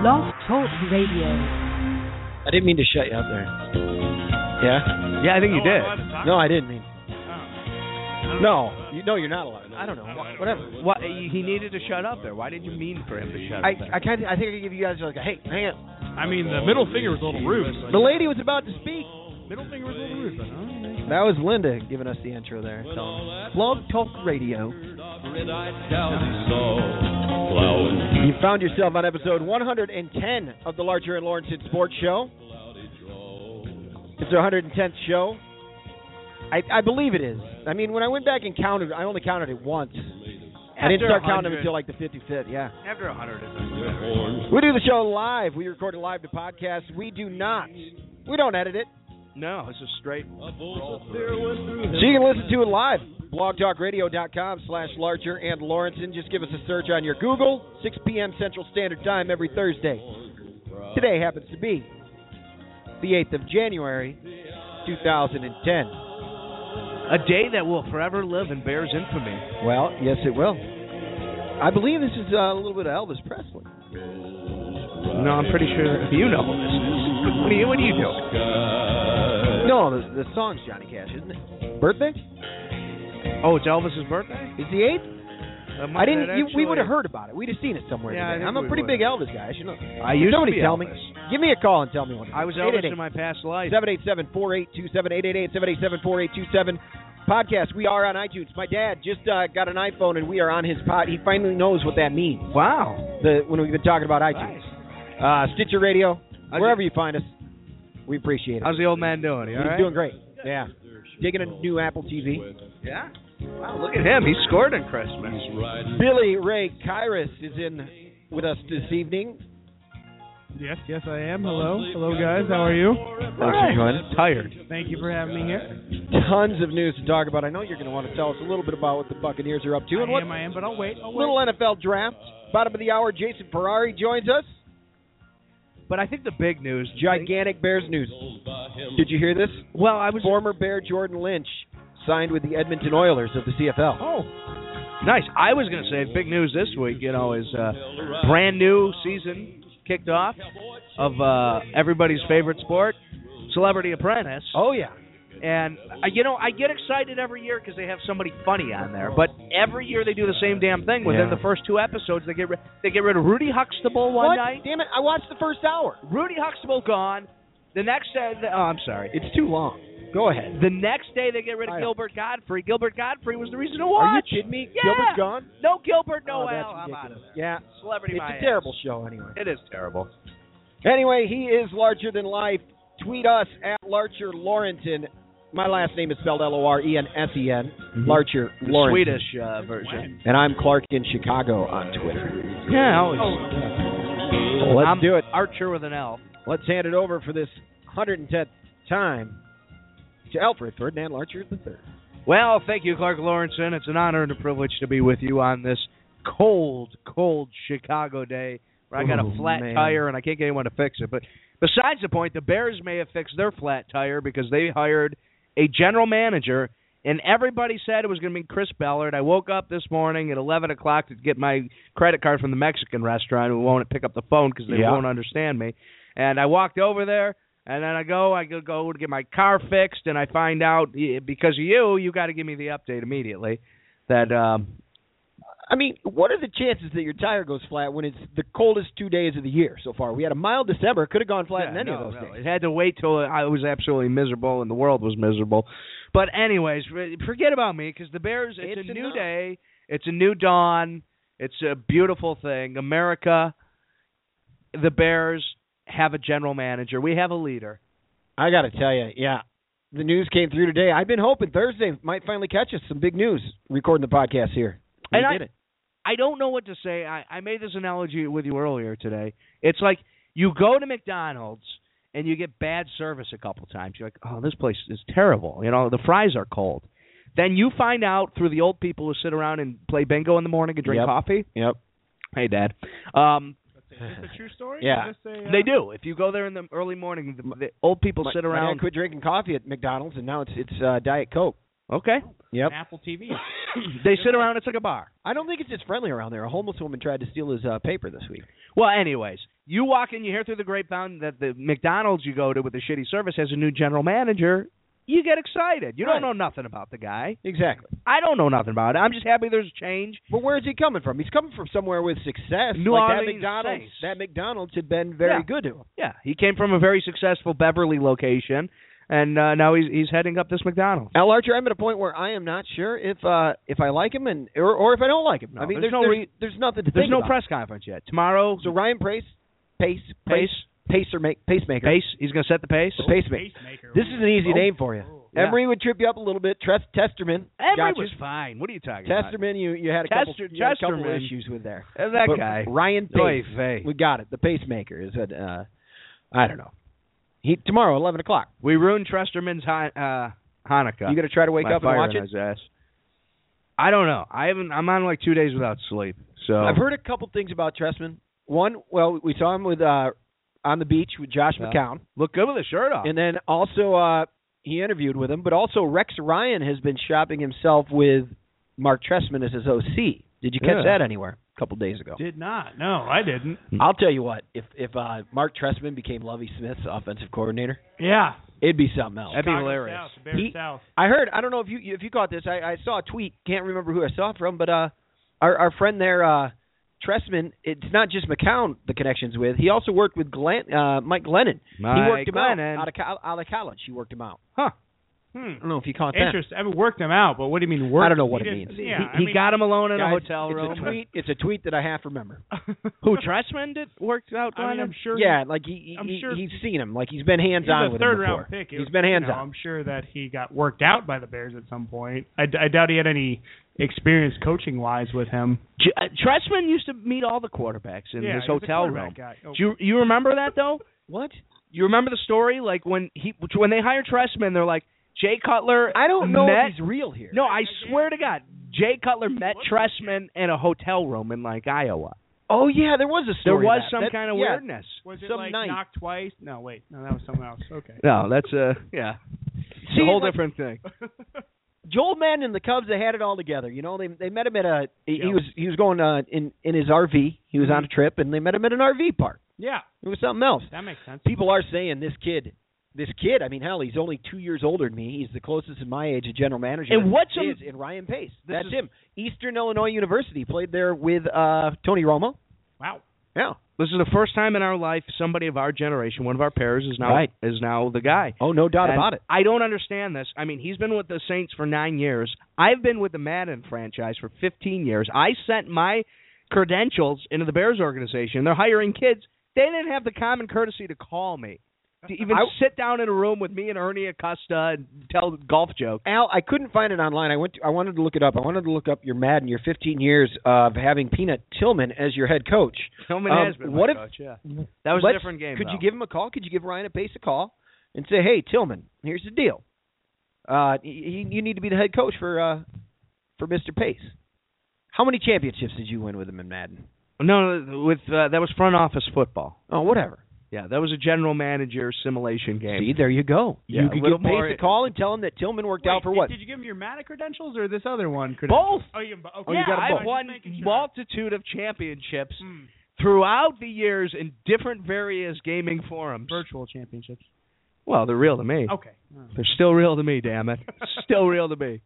Blog Talk Radio. I didn't mean to shut you up there. Yeah? Yeah, I think you No, did. I'm allowed to talk? No, I didn't mean. Oh. No, you, no, you're not allowed. I don't know. Wha- Whatever. What, he needed to shut up there. Why did you mean for him to shut I up? there? I kind of I think I could give you guys like a hey, hang on. I mean, the middle finger was a little rude. The lady was about to speak. middle finger was a little rude, but oh, That was Linda giving us the intro there. So, Blog Talk Radio. You found yourself on episode 110 of the Larger and Lawrence Sports Show. It's our 110th show. I, I believe it is. I mean, when I went back and counted, I only counted it once. I didn't After start counting 100. until like the 55th. Yeah. After 100 is We do the show live. We record it live to podcast. We do not. We don't edit it. No, it's just straight. So you can listen to it live. BlogTalkRadio.com slash Larcher and Lawrence. And just give us a search on your Google. 6 p.m. Central Standard Time every Thursday. Today happens to be the 8th of January, 2010. A day that will forever live and bears infamy. Well, yes, it will. I believe this is uh, a little bit of Elvis Presley. No, I'm pretty sure you know who this is. What do you, what do you do? No, the, the song's Johnny Cash, isn't it? Birthday? Oh, it's Elvis's birthday? Is the 8th? That might- I didn't. that You, we actually- would have heard about it. We'd have seen it somewhere. Yeah, I today. think I'm a we pretty would. big Elvis guy. I should know. I used Somebody to be tell Elvis. me. Give me a call and tell me one. I was Elvis in my past life. Seven eight seven four eight two seven eight eight eight seven eight seven four eight two seven. Podcast. We are on iTunes. My dad just uh, got an iPhone, and we are on his pod. He finally knows what that means. Wow. The when we've been talking about iTunes, Nice. uh, Stitcher Radio, How's wherever it- you find us, we appreciate it. How's the old man doing? You He's all right? doing great. Yeah, taking a new Apple TV. Yeah. Wow, look at him. He scored on Christmas. Billy Ray Kyrus is in with us this evening. Yes, yes, I am. Hello, hello, guys. How are you? for joining us. Tired. Thank you for having me here. tons of news to talk about. I know you're going to want to tell us a little bit about what the Buccaneers are up to and I what am, I am, but I'll wait. I'll wait. little NFL draft. Bottom of the hour, Jason Ferrari joins us. But I think the big news. Gigantic Bears news. Did you hear this? Well, I was Former Bear Jordan Lynch signed with the Edmonton Oilers of the CFL. Oh, nice. I was going to say big news this week. You know, is uh, brand new season kicked off of uh, everybody's favorite sport, Celebrity Apprentice. Oh yeah. And uh, you know, I get excited every year because they have somebody funny on there. But every year they do the same damn thing. Within Yeah. the first two episodes, they get ri- they get rid of Rudy Huxtable one what? night. Damn it! I watched the first hour. Rudy Huxtable gone. The next day, oh, I'm sorry. It's too long. Go ahead. The next day they get rid of I- Gilbert Godfrey. Gilbert Godfrey was the reason to watch. Are you kidding me? Yeah. Gilbert's gone. No Gilbert, no oh, that's Al. I'm out of ridiculous. there. Yeah. Celebrity It's my a terrible show anyway. ass. It is terrible. Anyway, he is larger than life. Tweet us at Larcher Laurenton. My last name is spelled L O R E N S E N. Larcher Laurenton. The Mm-hmm. Swedish uh, version. And I'm Clark in Chicago on Twitter. Yeah, Let's I'm do it. Archer with an L. Let's hand it over for this 110th time to Alfred Ferdinand Larcher III. Well, thank you, Clark Lawrenson. It's an honor and a privilege to be with you on this cold, cold Chicago day where I got Oh, a flat man. tire and I can't get anyone to fix it. But besides the point, the Bears may have fixed their flat tire because they hired a general manager, and everybody said it was going to be Chris Ballard. I woke up this morning at 11 o'clock to get my credit card from the Mexican restaurant who won't pick up the phone because they Yeah. won't understand me. And I walked over there, and then I go, I go, go to get my car fixed, and I find out eh, because of you, you got to give me the update immediately that um, I mean, what are the chances that your tire goes flat when it's the coldest two days of the year so far? We had a mild December. It could have gone flat in Yeah, any no, of those no. days. It had to wait till I was absolutely miserable and the world was miserable. But anyways, re- forget about me because the Bears. It's, It's a new enough. day. It's a new dawn. It's a beautiful thing. America, the Bears have a general manager. We have a leader. I got to tell you, yeah. The news came through today. I've been hoping Thursday might finally catch us some big news recording the podcast here. We And I- did it. I don't know what to say. I, I made this analogy with you earlier today. It's like you go to McDonald's and you get bad service a couple times. You're like, oh, this place is terrible. You know, the fries are cold. Then you find out through the old people who sit around and play bingo in the morning and drink Yep. coffee. Yep. Hey, Dad. Um, Is this a true story? Yeah. Is this a, uh, They do. If you go there in the early morning, the, the old people My- sit My around. dad quit drinking coffee at McDonald's, and now it's it's uh, Diet Coke. Okay. Yep. Apple TV. They sit around. It's like a bar. I don't think it's as friendly around there. A homeless woman tried to steal his uh, paper this week. Well, anyways, you walk in, you hear through the grapevine that the McDonald's you go to with the shitty service has a new general manager. You get excited. You Right. don't know nothing about the guy. Exactly. I don't know nothing about it. I'm just happy there's change. But where's he coming from? He's coming from somewhere with success. New like that Orleans McDonald's. Saints. That McDonald's had been very Yeah. good to him. Yeah, he came from a very successful Beverly location, and uh, now he's he's heading up this McDonald's. Al Archer, I'm at a point where I am not sure if uh, if I like him and or, or if I don't like him. No, I mean, there's there's no there's, re- there's nothing to There's think no about. press conference yet. Tomorrow, So Ryan Pace, Pace, pace, pacer, make, pacemaker, pace. He's going to set the pace. The pacemaker. Pacemaker. This is an easy Oh. name for you. Yeah. Emery would trip you up a little bit. Tres- Testerman, Emery gotcha. was fine. What are you talking about? Testerman, you you had a couple, Tester- you had a couple Chesterman. issues with there. Uh, That But guy. Ryan Pace. Oy vey. We got it. The pacemaker is at uh, I don't know. He tomorrow eleven o'clock. We ruined Tresterman's Han- uh, Hanukkah. You going to try to wake By up and fire watch in it? his ass. I don't know. I haven't. I'm on like two days without sleep. So I've heard a couple things about Tressman. One, well, we saw him with uh, on the beach with Josh Yeah. McCown, look good with a shirt off. and then also uh, he interviewed with him. But also Rex Ryan has been shopping himself with Mark Tressman as his OC. Did you catch Yeah. that anywhere? A couple days ago. Hmm. Did not. No, I didn't. I'll tell you what. If if uh, Mark Tressman became Lovey Smith's offensive coordinator, Yeah. it'd be something else. That'd be Chicago hilarious. South, Bears He- South. I heard. I don't know if you if you caught this. I, I saw a tweet. Can't remember who I saw it from, but uh, our our friend there, uh, Tressman. It's not just McCown the connections with. He also worked with Glenn, uh, Mike Glennon. he Mike worked him Glennon. out out of, col- out of college. He worked him out. I Hmm. don't know if you caught that. Interesting. I mean, worked them out, but what do you mean worked? I don't know what He it didn't- means. Yeah, he, I he mean- got him alone in a Guys, hotel it's room. a tweet. It's a tweet that I half remember. Who Tressman did worked out I mean, I'm Glennon? sure. Yeah, like he, I'm he sure- he's seen him. Like he's been hands He's on a with third him before. round pick. It He's was- been you hands know, on. I'm sure that he got worked out by the Bears at some point. I, d- I doubt he had any experience coaching wise with him. J- uh, Tressman used to meet all the quarterbacks in yeah, his he's a hotel quarterback room. guy. Oh, Do you you remember that though? What? You remember the story? Like when he when they hired Tressman, they're like Jay Cutler. I don't know met if he's real here. No, I swear to God, Jay Cutler met What? Tressman in a hotel room in like Iowa. Oh yeah, there was a There story. of was that. some That- kind of yeah, weirdness. was it some like night. knocked twice? No, wait, no, that was someone else. Okay. No, that's uh yeah, it's See, a whole like, different thing. Joel Madden and the Cubs, they had it all together. You know, they they met him at a he, he Yeah. Mm-hmm. was he was going uh, in in his RV. He was on a trip, and they met him at an RV park. yeah, It was something else. that makes sense. People are saying this kid, this kid. I mean, hell, he's only two years older than me. He's the closest in my age a general manager. And what's is am- in Ryan Pace? This That's is- him. Eastern Illinois University played there with uh Tony Romo. Wow. Yeah. This is the first time in our life somebody of our generation, one of our pairs, is now Right. is now the guy. Oh, no doubt And about it. I don't understand this. I mean, he's been with the Saints for nine years. I've been with the Madden franchise for fifteen years. I sent my credentials into the Bears organization. They're hiring kids. They didn't have the common courtesy to call me. To even I- sit down in a room with me and Ernie Acosta and tell golf jokes. Al, I couldn't find it online. I went. To, I wanted to look it up. I wanted to look up your Madden, your 15 years of having Peanut Tillman as your head coach. Tillman Um, has been my what if- coach, yeah. That was a Let's- different game. Could you though. give him a call? Could you give Ryan a Pace a call and say, "Hey, Tillman, here's the deal. Uh, you, you need to be the head coach for uh, for Mr. Pace. How many championships did you win with him in Madden? No, no, with uh, that was front office football. Oh, whatever. Yeah, that was a general manager simulation game. See, there you go. Yeah, you could a little give Pace more- a call and tell him that Tillman worked out Wait, for did- what? Did you give him your Madden credentials or this other one? Both. Credentials? Oh, you, okay. Oh, you yeah, got 'em I've both. won Just making sure. multitude of championships Hmm, throughout the years in different various gaming forums. virtual championships. Well, they're real to me. Okay. Oh. They're still real to me, damn it. still real to me.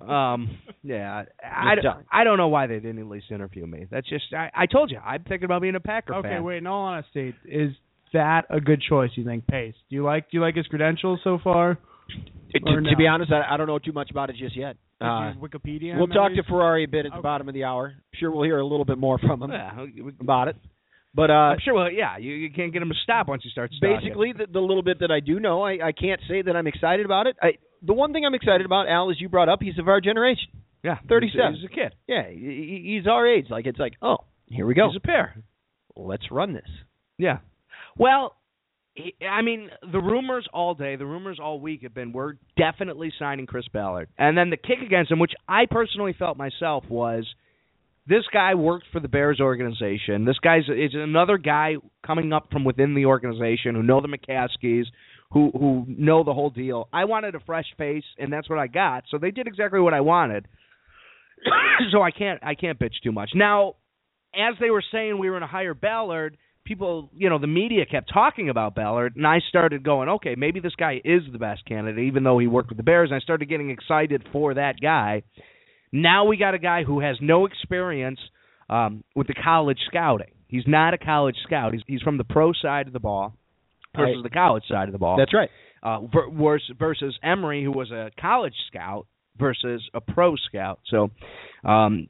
Um, yeah, I, I, Good don't- time. I don't know why they didn't at least interview me. That's just I, I told you I'm thinking about being a Packer Okay, fan. wait. In all honesty, is that a good choice? You think Pace? Do you like? Do you like his credentials so far? To, or to be no? honest, I, I don't know too much about it just yet. Did Uh, you Wikipedia. we'll him at talk to least? Ferrari a bit at the Okay. bottom of the hour. I'm sure we'll hear a little bit more from him Yeah, we- we- about it. But uh, I'm sure. Well, yeah, you, you can't get him to stop once you start. stalking. basically the, the little bit that I do know, I, I can't say that I'm excited about it. I, the one thing I'm excited about, Al, is you brought up he's of our generation. yeah, 37. He's, he's a kid. Yeah, he- he, he's our age. Like it's like, oh, here we go. He's a pair. Let's run this. Yeah. Well, he- I mean, the rumors all day, the rumors all week have been we're definitely signing Chris Ballard. And then the kick against him, which I personally felt myself, was this guy worked for the Bears organization. This guy's is another guy coming up from within the organization who know the McCaskies, who who know the whole deal. I wanted a fresh face, and that's what I got. So they did exactly what I wanted. so I can't I can't bitch too much now. As they were saying, we were in a higher Ballard. People, you know, the media kept talking about Ballard, and I started going, okay, maybe this guy is the best candidate, even though he worked with the Bears. And I started getting excited for that guy. Now we got a guy who has no experience um, with the college scouting. He's not a college scout. He's he's from the pro side of the ball versus Right. the college side of the ball. That's right. uh, ver- vers- versus Emery, who was a college scout versus a pro scout. So um,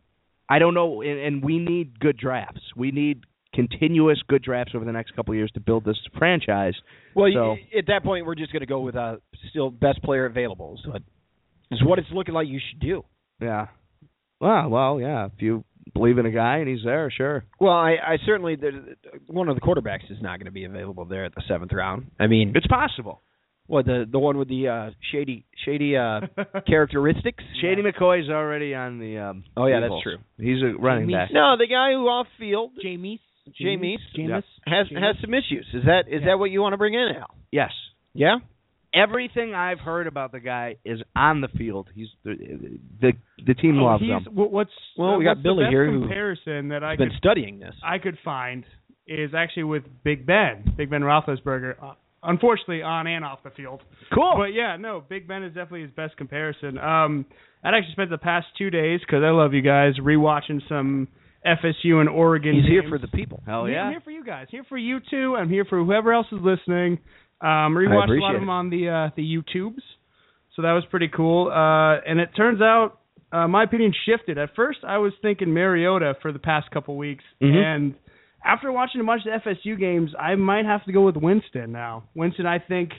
I don't know, and, and we need good drafts. We need continuous good drafts over the next couple of years to build this franchise. Well, So- y at that point, we're just going to go with uh, still best player available. So it's what it's looking like you should do. Yeah. Well, well, yeah. If you believe in a guy and he's there, sure. Well, I, I certainly there's- one of the quarterbacks is not going to be available there at the seventh round. I mean, It's possible. well, the the one with the uh, shady shady uh, characteristics. Shady McCoy's already on the. Um, Oh yeah, that's Eagles. true. He's a running back. No, the guy who off field Jamie's. Jamie's Jameis. has has some issues. Is that is that what you want to bring in Al? Yes. Yeah. everything I've heard about the guy is on the field. He's the the, the team Oh, loves he's- him. wh- What's Well, we what's got the Billy best here who Comparison that I I've could been studying this. I could find is actually with Big Ben, Big Ben Roethlisberger. Uh, unfortunately, on and off the field. Oh. Cool. But yeah, no, Big Ben is definitely his best comparison. Um, I'd actually spent the past two days because I love you guys rewatching some FSU and Oregon. He's here games. for the people. Hell I'm here- I'm yeah. here for you guys. Here for you too. I'm here for whoever else is listening. Um, rewatched a appreciate lot of it. them on the uh, the YouTubes, so that was pretty cool. Uh, and it turns out uh, my opinion shifted. At first, I was thinking Mariota for the past couple weeks, Mhm. and after watching a bunch of FSU games, I might have to go with Winston now. Winston, I think.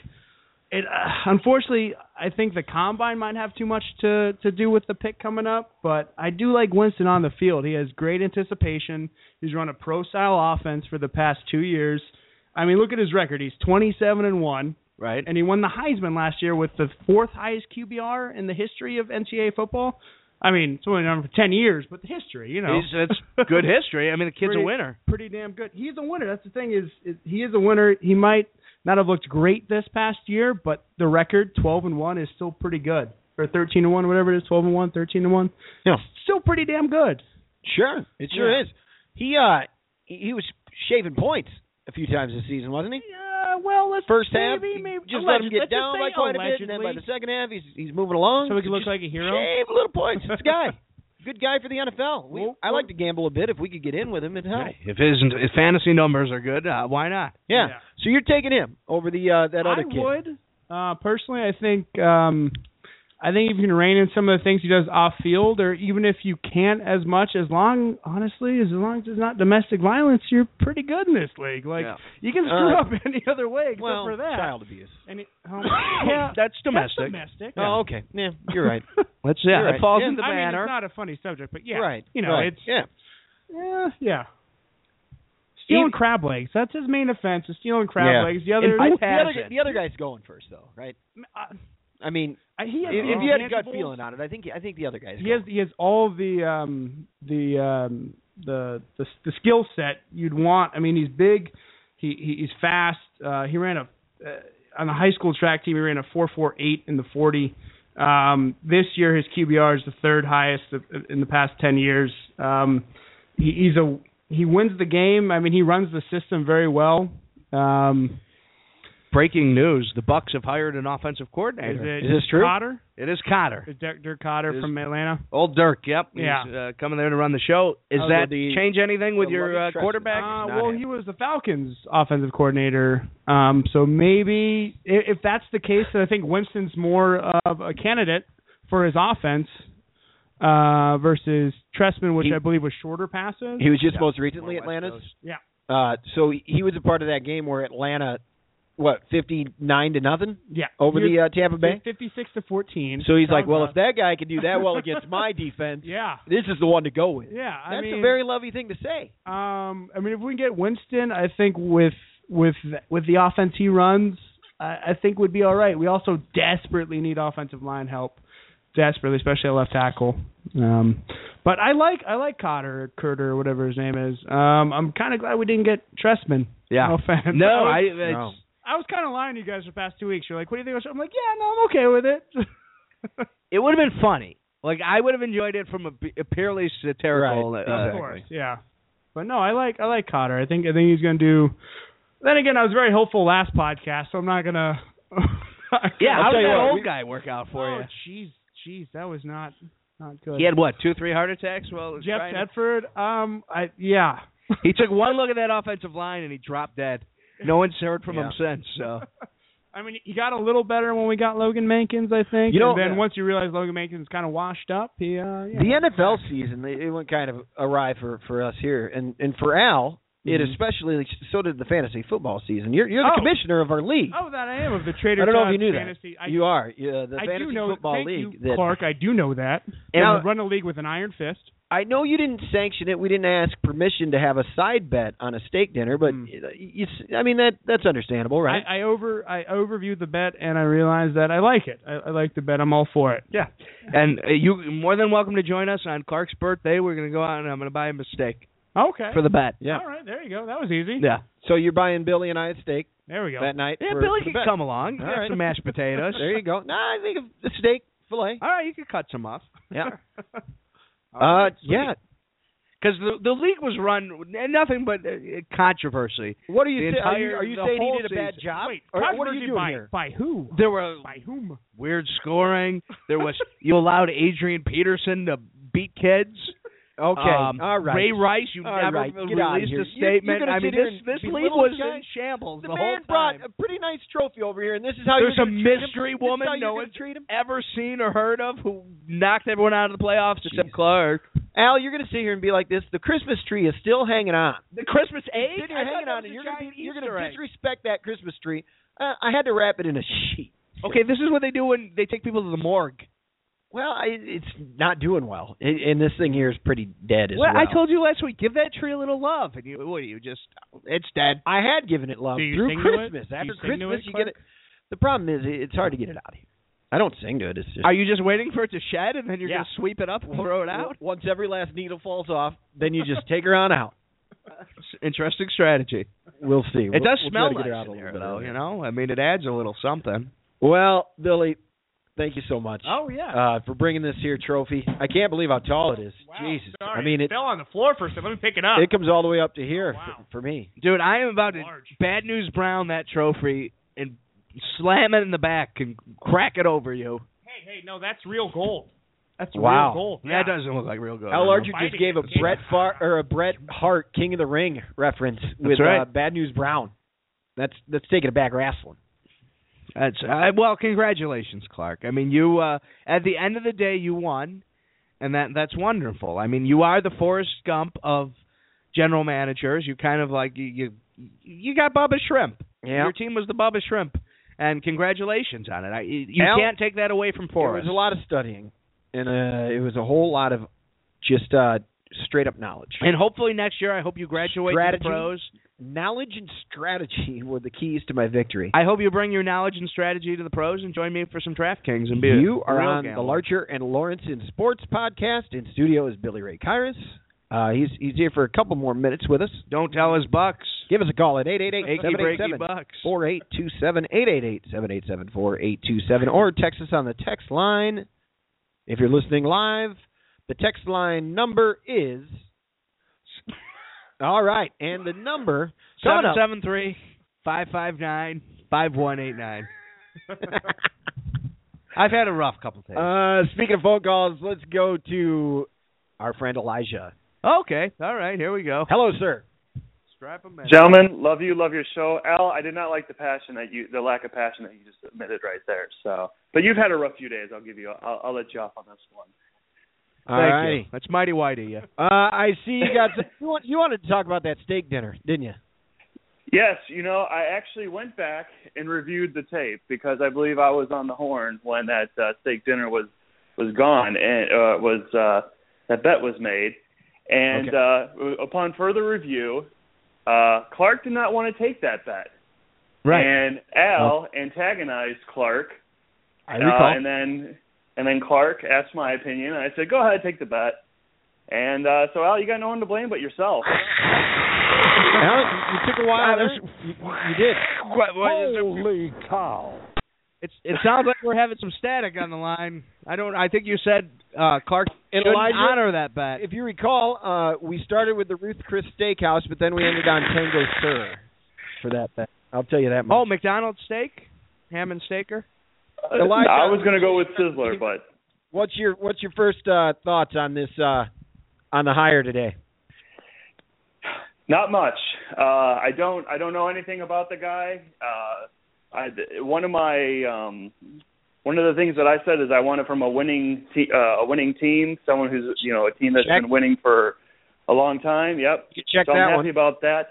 It uh, unfortunately, I think the combine might have too much to to do with the pick coming up, but I do like Winston on the field. He has great anticipation. He's run a pro style offense for the past two years. I mean, look at his record. He's 27 and one, Right. and he won the Heisman last year with the fourth highest QBR in the history of NCAA football. I mean, it's only done for 10 years, but the history, you know, He's, it's good history. I mean, the kid's a Pretty- winner. pretty damn good. He's a winner. That's the thing is, is he is a winner. He might not have looked great this past year, but the record 12 and 1 is still pretty good. Or 13 and 1, whatever it is, 12 and 1, 13 and 1. Yeah. Still pretty damn good. Sure, it sure is. He uh he, he was shaving points a few times this season, wasn't he? Uh, well, let's First half, maybe, he maybe just alleged- let him get let's just down say by quite a bit, and then by allegedly, the second half, he's he's moving along. so he can look just like a hero. shave a little points. It's a guy, good guy for the NFL. We, Well, I well- like to gamble a bit. If we could get in with him, it'd help. Hey, If his if fantasy numbers are good, uh, why not? Yeah. Yeah. So you're taking him over the uh that other I kid. would uh, personally. I think um, I think if you can rein in some of the things he does off field, or even if you can't as much, as long honestly, as long as it's not domestic violence, you're pretty good in this league. Like Yeah. you can screw Uh, up any other way except Well, for that. child abuse. And it, um, yeah, that's that's domestic. domestic. Oh, okay. Yeah, you're right. Let's yeah. You're It right. falls Yeah, in the I mean, banner. it's not a funny subject, but yeah, right. You know, right. it's yeah. yeah, yeah. Stealing crab legs. That's his main offense. Is stealing crab Yeah. legs. The other, I- the, Who has other, it? the other guy's going first, though, right? I- I mean, I- he if, has if the you had a gut intangibles. feeling on it, I think I think the other guy's. he going. has he has all the um the um the the, the skill set you'd want. I mean, he's big, he, he he's fast. Uh, he ran a uh, on the high school track team. He ran a four four eight in the forty. Um, this year, his QBR is the third highest of- in the past ten years. Um, he, he's a he wins the game. I mean, he runs the system very well. Um, Breaking news: The Bucks have hired an offensive is coordinator. it Is this true? Cotter? it is Cotter, Is Dirk, Dirk Cotter Is- from Atlanta? old Dirk. Yep. Yeah. He's uh, coming there to run the show. Is Oh, that the- change anything with the your uh, luggage truck. quarterback? Uh, Not well, him. he was the Falcons' offensive coordinator, um, so maybe i- if that's the case, then I think Winston's more of a candidate for his offense uh, versus Tressman, which He- I believe was shorter passes. He was just Yeah. most recently More West Atlanta's. Coast. Yeah. Uh, so he- he was a part of that game where Atlanta, what fifty nine to nothing yeah, over He the uh, Tampa was Bay. fifty-six to fourteen. So he's like, Sounds well, about- if that guy can do that well against my defense, yeah, this is the one to go with. yeah, I That's mean, a very lovely thing to say. Um, I mean, if we can get Winston, I think with with with the offense he runs, I, I think would be all right. We also desperately need offensive line help, desperately, especially at left tackle. Um, but I like I like Cotter, Curter, whatever his name is. Um, I'm kind of glad we didn't get Tressman. yeah. No offense. No, I. I was, It's, I was kind of lying to you guys for the past two weeks. You're like, what do you think? of the show?" I'm like, yeah, no, I'm okay with it. It would have been funny. Like I would have enjoyed it from a, b- a purely satirical. Right, uh, of course, yeah. But no, I like I like Cotter. I think I think he's gonna do. Then again, I was very hopeful last podcast, so I'm not gonna. Yeah, how tell did you that what, old we- guy work out for oh, you? jeez, jeez, that was not not good. He had what two, three heart attacks. Well, Jeff Tedford. Um, I yeah. He took one look at that offensive line and he dropped dead. No one's heard from him since. So I mean, he got a little better when we got Logan Mankins, I think. You know- and then yeah. once you realize Logan Mankins is kind of washed up, he uh, yeah. The NFL season they- it went kind of awry for for us here, and and for Al, it Mhm. especially so did the fantasy football season. You're you're the Oh. commissioner of our league. Oh, that I am of the Trader I don't know if Joe's you knew fantasy. that. I, you are yeah, the I fantasy do know. football thank league. you, that Clark. I do know that. And Now- I run a league with an iron fist. I know you didn't sanction it. We didn't ask permission to have a side bet on a steak dinner, but Mm. you, s- I mean that that's understandable, right? I, I over I overviewed the bet and I realized that I like it. I, I like the bet. I'm all for it. yeah, and uh, you more than welcome to join us on Clark's birthday. We're gonna go out and I'm gonna buy him a steak Okay. for the bet. yeah. All right. There you go. That was easy. Yeah, So you're buying Billy and I a steak There we go. that night. yeah. for- Billy for the can bet. come along. All Have right. some mashed potatoes. There you go. Nah, I think of a steak fillet. All right, you can cut some off. Yeah. All Uh, right, sweet. yeah. because the the league was run and nothing but uh, controversy. What are you The saying? Are you, entire- are you the saying whole he did a bad season. job? Wait. Or what are controversy you doing by, here? By who? There were By whom? weird scoring. There was you allowed Adrian Peterson to beat kids. Okay, Um, all right. Ray Rice, you All never right, get outta released here. You're- a you're statement. gonna I sit mean, here this and this belittle league was this guy? in shambles the, the, whole man brought time. a pretty nice trophy over here, and this is how There's you're a gonna treat him? mystery This is woman how you're no gonna one's- treat him. Ever seen or heard of who knocked everyone out of the playoffs except Clark? Al, you're gonna sit here and be like this. The Christmas tree is still hanging on. The Christmas egg. Sitting I here thought hanging that on, was and a you're gonna be, giant you're Easter gonna egg. disrespect that Christmas tree. Uh, I had to wrap it in a sheet. Okay, this is what they do when they take people to the morgue. Well, I, it's not doing well, and and this thing here is pretty dead as well. I told you last week, give that tree a little love, and you what you just it's dead. I had given it love Do you through sing to it? Christmas. Do you After sing to Christmas, it, you Clark? get it. The problem is, it's hard to get it out of here. I don't sing to it. It's just Are you just waiting for it to shed and then you're Yeah. gonna sweep it up and throw it out? Once every last needle falls off, then you just take her on out. Interesting strategy. We'll see. It does smell nice in there, though. You know, I mean, it adds a little something. Well, Billy, thank you so much Oh, yeah. uh, for bringing this here trophy. I can't believe how tall it is. Jesus, I mean it. fell on the floor for a second. Let me pick it up. It comes all the way up to here Oh, wow. f- for me. Dude, I am about to Large. bad news brown that trophy and slam it in the back and crack it over you. Hey, hey, no, that's real gold. That's Wow. real gold. Yeah. That doesn't look like real good. Al Archer fighting just gave a it, King. Bret Far or a Bret Hart King of the Ring reference with uh, right. Bad News Brown. That's that's taking it back wrestling. That's uh, well, congratulations, Clark. I mean, you uh, at the end of the day, you won, and that that's wonderful. I mean, you are the Forrest Gump of general managers. You kind of like you you, you got Bubba Shrimp. Yeah, Your team was the Bubba Shrimp, and congratulations on it. I, you you Al, can't take that away from there Forrest. was a lot of studying, and uh, it was a whole lot of just uh, straight up knowledge. and hopefully next year, I hope you graduate to the Strategy. pros. Knowledge and strategy were the keys to my victory. I hope you bring your knowledge and strategy to the pros and join me for some DraftKings and be a you are real on the gambler. Larcher and Lawrence in Sports podcast. In studio is Billy Ray Kyrus. Uh, he's he's here for a couple more minutes with us. Don't tell us bucks. Give us a call at eight eight eight Achy seven eight breaky seven bucks. four eight two seven eight eight eight seven eight seven four eight two seven or text us on the text line. If you're listening live, the text line number is all right, and the number coming Seven up. seven three five five nine five one eight nine. I've had a rough couple days. Uh, speaking of phone calls, let's go to our friend Elijah. okay, all right, here we go. Hello, sir. Strap 'em in. Gentlemen, love you, love your show. Al, I did not like the passion that you, the lack of passion that you just admitted right there. So, but you've had a rough few days. I'll give you, I'll, I'll let you off on this one. All Thank right. you. That's mighty white of you. Uh, I see you got. you, want, you wanted to talk about that steak dinner, didn't you? Yes, you know, I actually went back and reviewed the tape because I believe I was on the horn when that uh, steak dinner was was gone and uh, was uh, that bet was made. And uh, upon further review, uh, Clark did not want to take that bet. And Al antagonized Clark I Uh, recall. and then and then Clark asked my opinion, and I said, "Go ahead, take the bet." And uh, so Al, you got no one to blame but yourself. Alan, you took a while. there. You, you did. What- what is it? Holy cow! It's, it sounds like we're having some static on the line. I don't. I think you said uh, Clark And shouldn't Elijah- honor that bet. If you recall, uh, we started with the Ruth Chris Steakhouse, but then we ended on Tango Sir for that bet. I'll tell you that much. Oh, McDonald's steak, ham and steaker. Uh, Elijah- I was gonna go with Sizzler, but What's your What's your first uh, thoughts on this uh, on the hire today? Not much. Uh, I don't. I don't know anything about the guy. Uh, I, one of my um, one of the things that I said is I want it from a winning te- uh, a winning team, someone who's you know a team that's Check. been winning for a long time. Yep. You check so I'm that one. happy about that.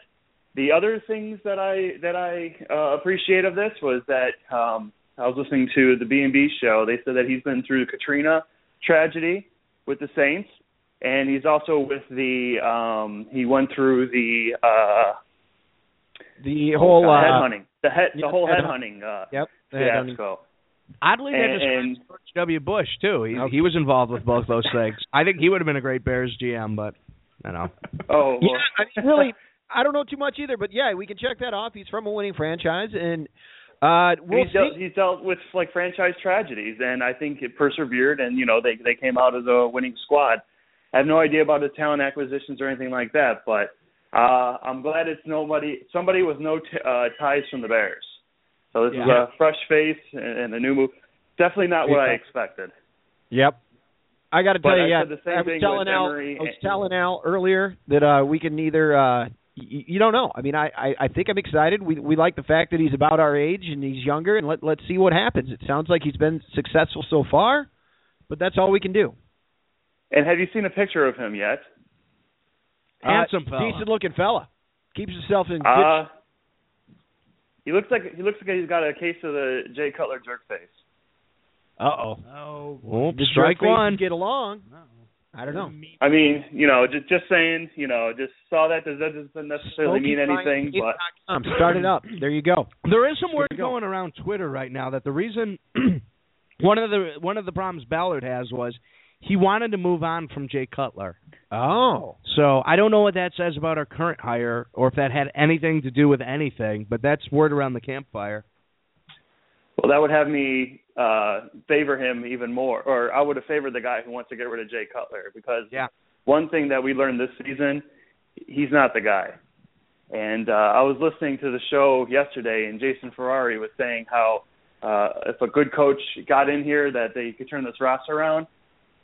The other things that I that I uh, appreciate of this was that um, I was listening to the B and B show. They said that he's been through the Katrina tragedy with the Saints, and he's also with the um, he went through the uh, The whole uh, head uh, hunting, the head, the yeah, whole head head hunt- hunting uh, Yep. the head hunting. fiasco. Oddly, they And- described and- George W. Bush too. He, Okay. he was involved with both those things. I think he would have been a great Bears GM, but you know. Oh, Yeah, well. I mean, really, I don't know too much either, but yeah, we can check that off. He's from a winning franchise, and uh, we'll he's, dealt, see. he's dealt with like franchise tragedies, and I think it persevered, and you know they they came out as a winning squad. I have no idea about his talent acquisitions or anything like that, but uh, I'm glad it's nobody somebody with no t- uh, ties from the Bears. So this is Yeah. a fresh face and, and a new move. Definitely not what I expected. Yep. I got to But tell you, I yeah, said the same I was thing telling with Al, Emery I was and- telling Al earlier that uh, we can neither. Uh, y- y- you don't know. I mean, I, I, I think I'm excited. We we like the fact that he's about our age and he's younger, and let let's see what happens. It sounds like he's been successful so far, but that's all we can do. And have you seen a picture of him yet? Uh, Handsome fella. decent looking fella, keeps himself in. Good Uh, he looks like he looks like he's got a case of the Jay Cutler jerk face. Uh-oh. Oh, Whoops, Does strike your face one. Get along. I don't know. I mean, you know, just just saying, you know, just saw that. Does that doesn't necessarily mean anything? But Um, start it up. There you go. There is some word we go. going around Twitter right now that the reason one of the one of the problems Ballard has was he wanted to move on from Jay Cutler. Oh, So I don't know what that says about our current hire or if that had anything to do with anything, but that's word around the campfire. well, that would have me uh favor him even more, or I would have favored the guy who wants to get rid of Jay Cutler because Yeah. one thing that we learned this season, he's not the guy. And uh I was listening to the show yesterday, and Jason Ferrari was saying how uh if a good coach got in here, that they could turn this roster around.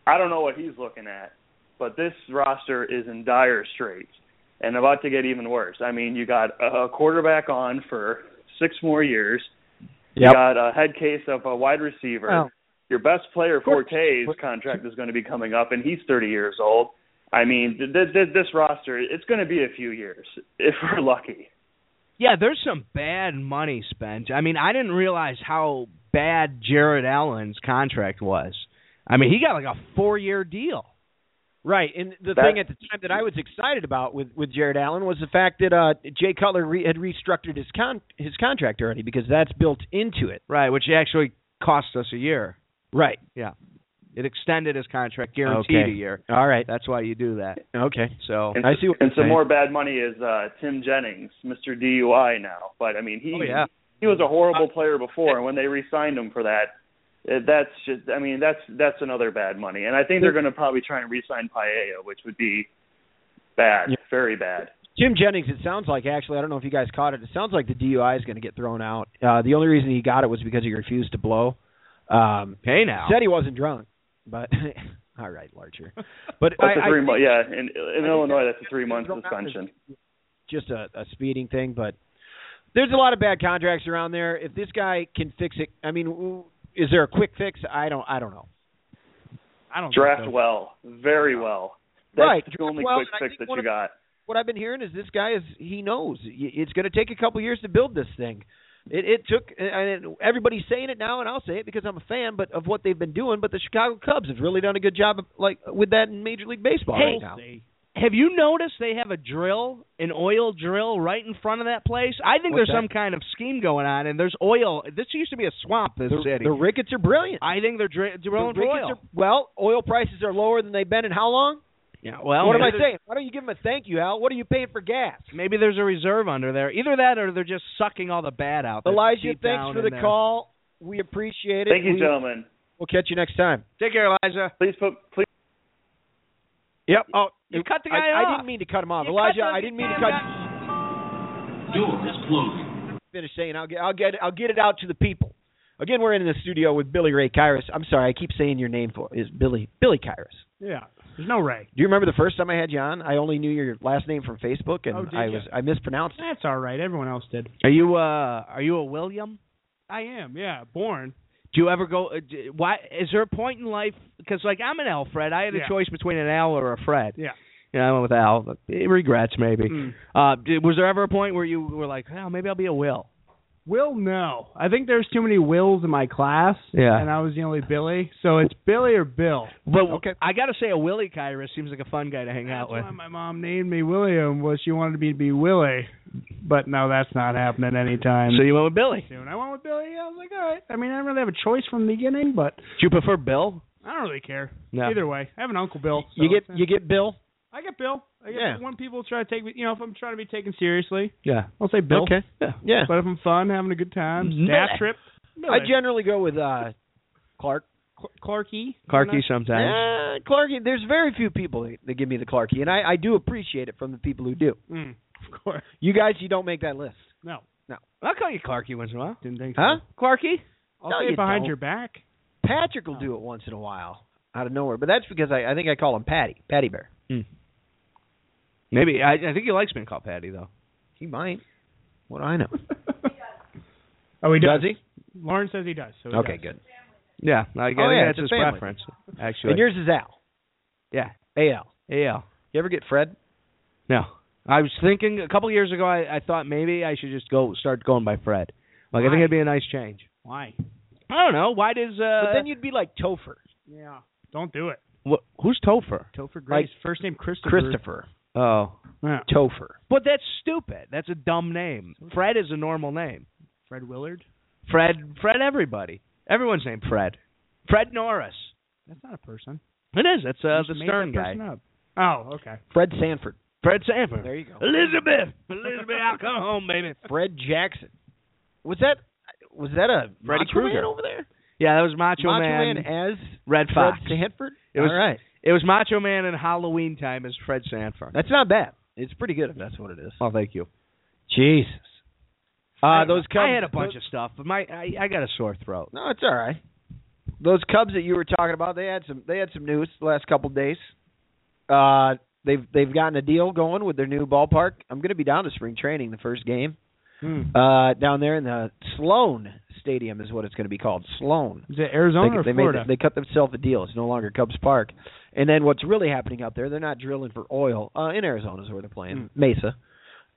I don't know what he's looking at, but this roster is in dire straits and about to get even worse. I mean, you got a a quarterback on for six more years. Yep. You got a head case of a wide receiver. Well, Your best player, course. Forte's contract is going to be coming up, and he's 30 years old. I mean, th- th- th- this roster, it's going to be a few years if we're lucky. Yeah, there's some bad money spent. I mean, I didn't realize how bad Jared Allen's contract was. I mean, he got like a four-year deal. right. And the That- thing at the time that I was excited about with with Jared Allen was the fact that uh Jay Cutler re- had restructured his con his contract already because that's built into it. Right, which actually cost us a year. Right. It extended his contract, guaranteed Okay. a year. All right. That's why you do that. Okay. So And, I see what and you're some saying. more bad money is uh Tim Jennings, Mr. DUI now. But I mean, he Oh, yeah. he was a horrible player before, and when they re-signed him for that, uh, that's just I mean that's that's another bad money. And I think they're going to probably try and re-sign Paella, which would be bad, Yeah. very bad. Jim Jennings, it sounds like actually, I don't know if you guys caught it. It sounds like the DUI is going to get thrown out. Uh, the only reason he got it was because he refused to blow. Um, hey now. said he wasn't drunk, but all right, Larcher. But That's I, a three I month, think yeah. In, in think Illinois, that- that's a three month thrown out is- suspension. just a, a speeding thing, but there's a lot of bad contracts around there. If this guy can fix it, I mean, w- is there a quick fix? I don't, I don't know. I don't Draft think well, very well. That's Right. the only Well, quick and I fix think that one you of- got. What I've been hearing is this guy is he knows Y- it's going to take a couple years to build this thing. It, it took, and it- everybody's saying it now, and I'll say it because I'm a fan, but of what they've been doing. But the Chicago Cubs have really done a good job, of, like with that in Major League Baseball Hey, right now. Have you noticed they have a drill, an oil drill, right in front of that place? I think What's there's some kind of scheme going on, and there's oil. This used to be a swamp. This The, city. the Ricketts are brilliant. I think they're dri- The drilling for Ricketts oil. are- well, oil prices are lower than they've been in how long? Yeah. Well, what am maybe I there's- saying? Why don't you give him a thank you, Al? What are you paying for gas? Maybe there's a reserve under there. Either that, or they're just sucking all the bad out. that's Elijah, deep thanks down for in the there. call. We appreciate it. Thank you, We- gentlemen. We'll catch you next time. Take care, Elijah. Please put please. Yep. Oh, You cut the guy I, I off. didn't mean to cut him off, You cut Elijah. the I didn't mean to damn cut. guy- Door is closing. finish saying. I'll get, I'll get, I'll get it out to the people. Again, we're in the studio with Billy Ray Kyrus. I'm sorry, I keep saying your name for is Billy Billy Kyrus. Yeah. There's no Ray. Do you remember the first time I had you on? I only knew your last name from Facebook, and Oh, did I ya? was I mispronounced it. That's all right. Everyone else did. Are you uh are you a William? I am. Yeah. Born. Do you ever go? Uh, d- why is there a point in life? Because like I'm an Al Fred. I had a Yeah. choice between an Al or a Fred. Yeah. Yeah, I went with Al. but eh, Regrets maybe. Mm. Uh, did, was there ever a point where you were like, oh, maybe I'll be a Will? Will no. I think there's too many Wills in my class. Yeah. And I was the only Billy, so it's Billy or Bill. But Okay. I gotta say, a Willie Kyrus seems like a fun guy to hang out That's with. why my mom named me William was she wanted me to be Willie, but no, that's not happening anytime So you went with Billy. soon. I went with Billy. I was like, all right. I mean, I didn't really have a choice from the beginning, but Do you prefer Bill? I don't really care. No. Either way, I have an uncle Bill. so you get it's- you get Bill. I get Bill. I get Yeah. when people try to take me. You know, if I'm trying to be taken seriously, Yeah. I'll say Bill. Okay. Yeah. Yeah. But if I'm fun, having a good time, staff Billy. trip, I Billy. generally go with uh, Clark. Cl- Clarky. Clarky sometimes. Uh, Clarky. There's very few people that- that give me the Clarky, and I, I do appreciate it from the people who do. Mm, of course. You guys, you don't make that list, No. I'll call you Clarky once in a while. Didn't think huh? so. Clarky. I'll No, say you Oh. it behind don't. your back. Patrick will do it once in a while out of nowhere, but that's because I, I think I call him Patty, Patty Bear. Maybe I, I think he likes being called Patty though. He might. What do I know? Oh, he Does does. he? Lauren says he does. So he Okay, does. good. Yeah, I guess Oh, yeah, it's that's a his family. preference. Actually, And yours is Al. yeah, Al. yeah. You ever get Fred? No. I was thinking a couple years ago. I, I thought maybe I should just go start going by Fred. Like I think Why? it'd be a nice change. Why? I don't know. Why does uh? but then you'd be like Topher, Yeah. Don't do it. Wha- who's Topher? Topher Like- Grace. first name Christopher. Christopher, Oh, Yeah. Topher. but that's stupid. That's a dumb name. Fred is a normal name. Fred Willard. Fred, Fred, everybody. Everyone's named Fred. Fred Norris. That's not a person. It is. That's uh, You the made Stern that guy. person up. Oh, okay. Fred Sanford. Fred Sanford. There you go. Elizabeth, Elizabeth, I'll come home, baby. Fred Jackson. Was that was that a Freddy Macho Krueger. Man over there? Yeah, that was Macho, Macho Man, Man, as Red Fox. Fred Sanford. It was- All right, It was Macho Man in Halloween time as Fred Sanford. that's not bad. It's pretty good if that's what it is. Oh, thank you. Jesus. Uh, I- those Cubs. I had a bunch of stuff, but my I, I got a sore throat. No, it's all right. Those Cubs that you were talking about, they had some they had some news the last couple of days. Uh they've they've gotten a deal going with their new ballpark. I'm going to be down to spring training the first game. Hmm. Uh down there in the Sloan Stadium is what it's going to be called. Sloan. Is it They, Arizona or they made Florida? they cut themselves a deal. It's no longer Cubs Park. And then what's really happening out there, they're not drilling for oil. Uh in Arizona is where they're playing. Hmm. Mesa.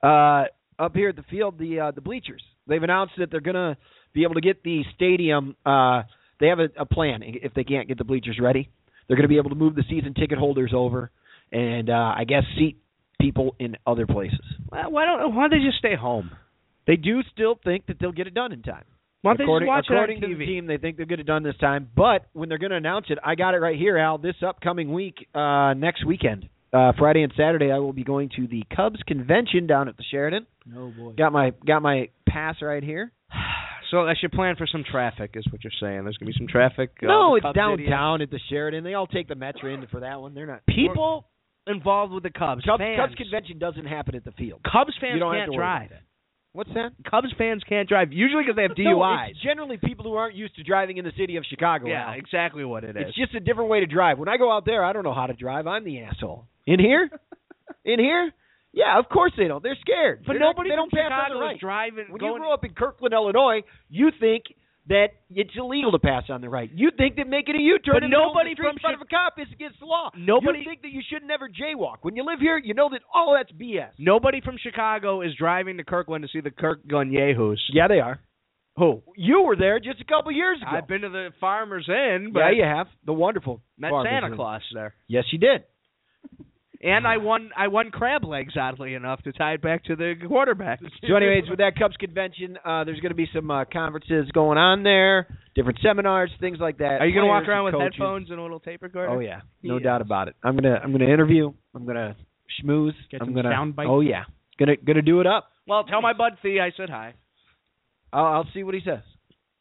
Uh up here at the field, the uh the bleachers. They've announced that they're going to be able to get the stadium uh they have a, a plan if they can't get the bleachers ready. They're going to be able to move the season ticket holders over and uh I guess seat people in other places. Why why don't why don't they just stay home? They do still think that they'll get it done in time. Why don't according they just watch according it on to the TV? team, they think they'll get it done this time. But when they're going to announce it, I got it right here, Al. This upcoming week, uh, next weekend, uh, Friday and Saturday, I will be going to the Cubs convention down at the Sheridan. No boy. Got my got my pass right here. So I should plan for some traffic, is what you're saying. There's gonna be some traffic. Uh, no, the it's Cubs downtown at the Sheridan. They all take the metro in for that one. They're not idiot. People involved with the Cubs. Cubs, fans. Cubs convention doesn't happen at the field. Cubs fans You don't have can't to worry about drive. What's that? Cubs fans can't drive usually because they have No, DUIs. it's generally people who aren't used to driving in the city of Chicago. yeah, Al. exactly what it is. It's just a different way to drive. When I go out there, I don't know how to drive. I'm the asshole. In here? In here? Yeah, of course they don't. They're scared. but They're not- nobody they from don't pass on Chicago the is right. driving. When you going, grow up in Kirkland, Illinois, you think that it's illegal to pass on the right. You think that making a U-turn But in the middle of nobody the street from in front of a cop is against the law. Nobody- you think that you should never jaywalk. When you live here, you know that all that's BS. nobody from Chicago is driving to Kirkland to see the Kirk Gun Yahoos. Yeah, they are. Who? You were there just a couple years ago. I've been to the Farmers Inn, but yeah, you have. The wonderful met farmers Santa in- Claus there. Yes, you did. And I won. I won crab legs, oddly enough, to tie it back to the quarterback. So, anyways, with that Cubs convention, uh, there's going to be some uh, conferences going on there, different seminars, things like that. Are you going to walk Players around and with coaches. headphones and a little tape recorder? Oh yeah, no Yeah. doubt about it. I'm gonna I'm gonna interview. I'm gonna schmooze. Get I'm some gonna. sound bites. Oh yeah, gonna gonna do it up. Well, tell my bud Thee I said hi. I'll, I'll see what he says.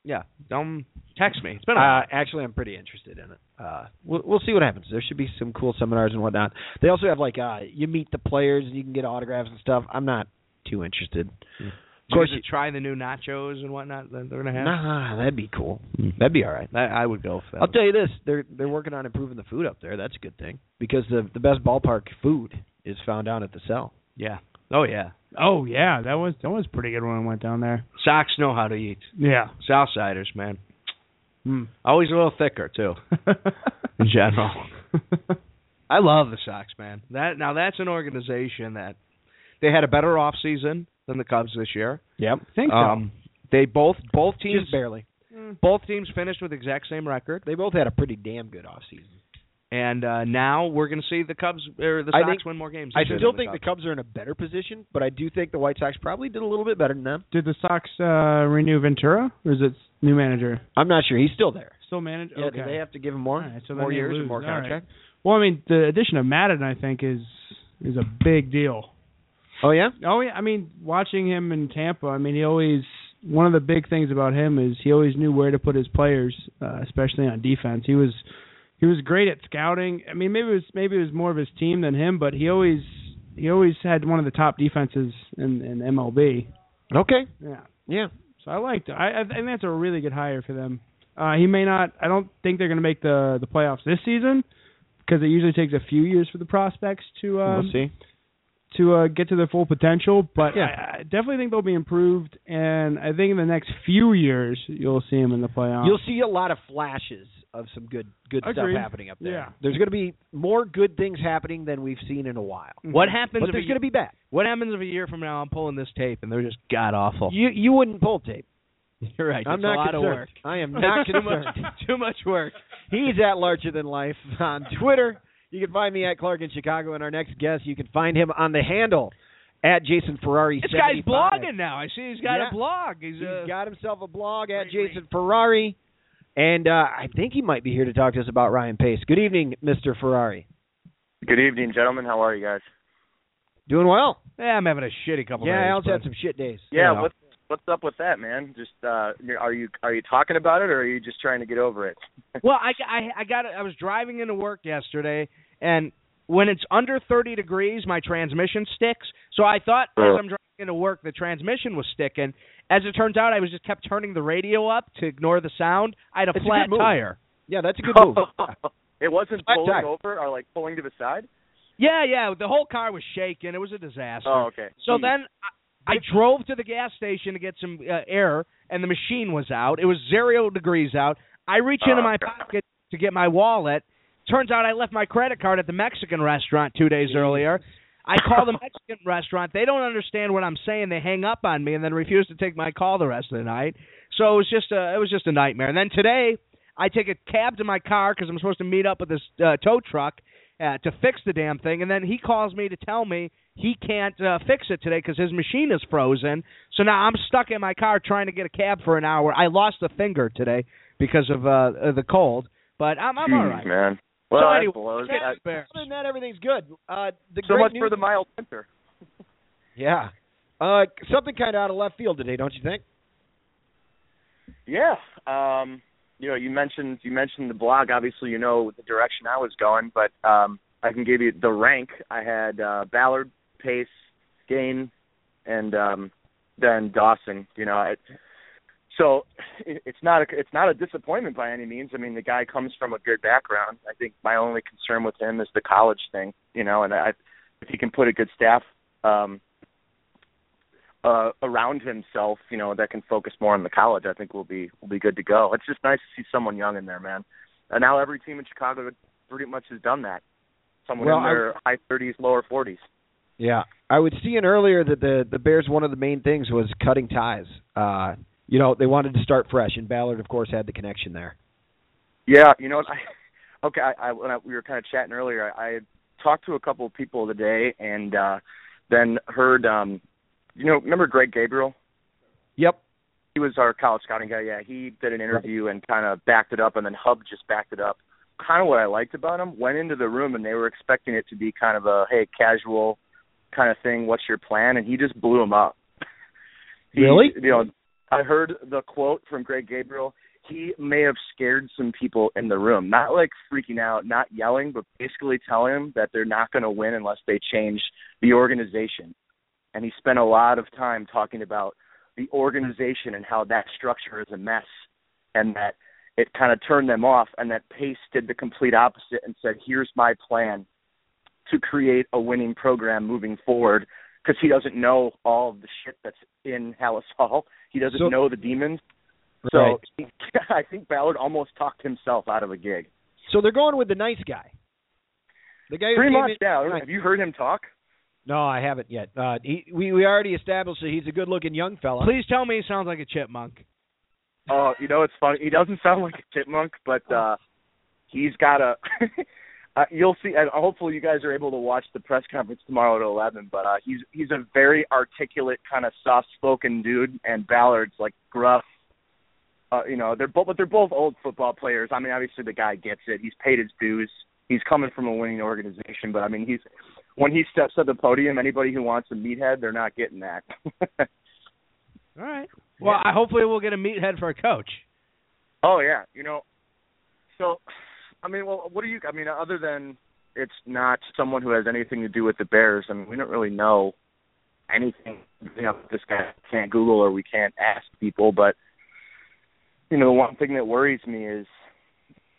Yeah. Um, text me. It's been a Uh, actually, I'm pretty interested in it. Uh, we'll, we'll see what happens. There should be some cool seminars and whatnot. They also have like uh, you meet the players and you can get autographs and stuff. I'm not too interested. Hmm. Of course, you you, try the new nachos and whatnot that they're gonna have. nah, that'd be cool. Hmm. That'd be all right. That, I would go for that. I'll tell you this: they're they're working on improving the food up there. That's a good thing because the the best ballpark food is found down at the cell. yeah. Oh yeah. Oh yeah, that was that was pretty good when I went down there. Sox know how to eat. Yeah. Southsiders, man. Always a little thicker too. In general. I love the Sox, man. That now that's an organization that they had a better off season than the Cubs this year. Yep, think so. Um, they both both teams just barely. Hmm. both teams finished with the exact same record, They both had a pretty damn good offseason. and uh, now we're going to see the Cubs or the I Sox think- win more games. I this year still than think the Cubs. Cubs are in a better position, but I do think the White Sox probably did a little bit better than them. Did the Sox uh, renew Ventura or is it new manager? I'm not sure he's still there. Still manager. Yeah, okay. do they have to give him more, All right, so then more they years, and lose. more All right. contract? Well, I mean, the addition of Madden, I think, is is a big deal. Oh yeah, Oh yeah, I mean, watching him in Tampa, I mean, he always one of the big things about him is he always knew where to put his players, uh, especially on defense. He was he was great at scouting. I mean, maybe it was maybe it was more of his team than him, but he always he always had one of the top defenses in, in MLB. okay, Yeah, yeah. so I liked it. I, I think that's a really good hire for them. Uh, he may not. I don't think they're going to make the the playoffs this season because it usually takes a few years for the prospects to um, we'll see. to uh, get to their full potential, but Yeah. I, I definitely think they'll be improved. And I think in the next few years, you'll see them in the playoffs. You'll see a lot of flashes of some good good stuff Agreed. happening up there. Yeah. There's going to be more good things happening than we've seen in a while. what happens Mm-hmm. But if there's a- going to be bad. What happens if a year from now I'm pulling this tape and they're just god awful? You you wouldn't pull tape. You're right. I'm it's not a lot concerned. of work. I am not too much. concerned. Too much work. He's at Larger Than Life on Twitter. You can find me at Clark in Chicago, and our next guest, you can find him on the handle at Jason Ferrari. This guy's 75. blogging now. I see he's got Yeah. a blog. He's, uh, He's got himself a blog at Great, great. Jason Ferrari, and uh, I think he might be here to talk to us about Ryan Pace. Good evening, Mister Ferrari. Good evening, gentlemen. How are you guys? Doing well? yeah, I'm having a shitty couple yeah, days. Al's had but- some shit days. Yeah, Yeah. what's what's up with that, man? Just uh are you are you talking about it or are you just trying to get over it? well, I, I I got I was driving into work yesterday, and when it's under 30 degrees, my transmission sticks. So I thought as I'm driving into work, the transmission was sticking. As it turns out, I was just kept turning the radio up to ignore the sound. I had a It's a good flat move. tire. Yeah, that's a good move. it wasn't Flat pulling tire. over or like pulling to the side? Yeah, yeah. The whole car was shaking. It was a disaster. Oh, okay. So then I, I drove to the gas station to get some uh, air, and the machine was out. It was zero degrees out. I reach into Oh, my God. pocket to get my wallet. Turns out I left my credit card at the Mexican restaurant two days earlier. I call the Mexican restaurant. They don't understand what I'm saying. They hang up on me and then refuse to take my call the rest of the night. So it was just a it was just a nightmare. And then today I take a cab to my car because I'm supposed to meet up with this uh, tow truck uh, to fix the damn thing, and then he calls me to tell me he can't uh, fix it today because his machine is frozen. So now I'm stuck in my car trying to get a cab for an hour. I lost a finger today because of uh, uh, the cold, but I'm I'm all Jeez, right. man. Well, so that anyway, blows. yeah, That- fair. Other than that, everything's good. Uh, the so great much news for the mild winter. Yeah. Uh, something kind of out of left field today, don't you think? Yeah. Um, you know, you mentioned you mentioned the blog. Obviously, you know the direction I was going, but um, I can give you the rank. I had uh, Ballard, Pace, Gain, and um, then Dawson. You know, it, so it, it's not a it's not a disappointment by any means. I mean, the guy comes from a good background. I think my only concern with him is the college thing. You know, and I if he can put a good staff um, uh, around himself, you know, that can focus more on the college, I think will be will be good to go. It's just nice to see someone young in there, man. And now every team in Chicago pretty much has done that. Someone Well, in I- their high thirties, lower forties. Yeah, I was seeing earlier that the the Bears one of the main things was cutting ties. Uh, you know, they wanted to start fresh, and Ballard, of course, had the connection there. Yeah, you know what? I, okay, I, I when I, we were kind of chatting earlier, I, I had talked to a couple of people today, and uh, then heard. Um, you know, remember Greg Gabriel? Yep. He was our college scouting guy. Yeah, he did an interview and kind of backed it up, and then Hub just backed it up. Kind of what I liked about him. Went into the room and they were expecting it to be kind of a hey casual kind of thing. What's your plan? And he just blew him up. He- Really? You know, I heard the quote from Greg Gabriel. He may have scared some people in the room, not like freaking out, not yelling, but basically telling them that they're not going to win unless they change the organization. And he spent a lot of time talking about the organization and how that structure is a mess and that it kind of turned them off and that Pace did the complete opposite and said, "Here's my plan to create a winning program moving forward because he doesn't know all of the shit that's in Hallis Hall. He doesn't So- know the demons. Right. So I think Ballard almost talked himself out of a gig. So they're going with the nice guy. The guy who Pretty came much in- now. Have you heard him talk? No, I haven't yet. Uh, he, we we already established that he's a good-looking young fella. Please tell me he sounds like a chipmunk. Oh, you know it's funny. He doesn't sound like a chipmunk, but uh he's got a. uh, you'll see, and hopefully you guys are able to watch the press conference tomorrow at eleven. But uh he's he's a very articulate, kind of soft-spoken dude, and Ballard's like gruff. Uh, you know, they're both, but they're both old football players. I mean, obviously the guy gets it. He's paid his dues. He's coming from a winning organization, but I mean, he's when he steps to the podium, anybody who wants a meathead, they're not getting that. All right. Well, I, hopefully we'll get a meathead for a coach. Oh yeah, you know. So, I mean, well, what do you? I mean, other than it's not someone who has anything to do with the Bears. I mean, we don't really know anything. You know, this guy can't Google or we can't ask people. But you know, the one thing that worries me is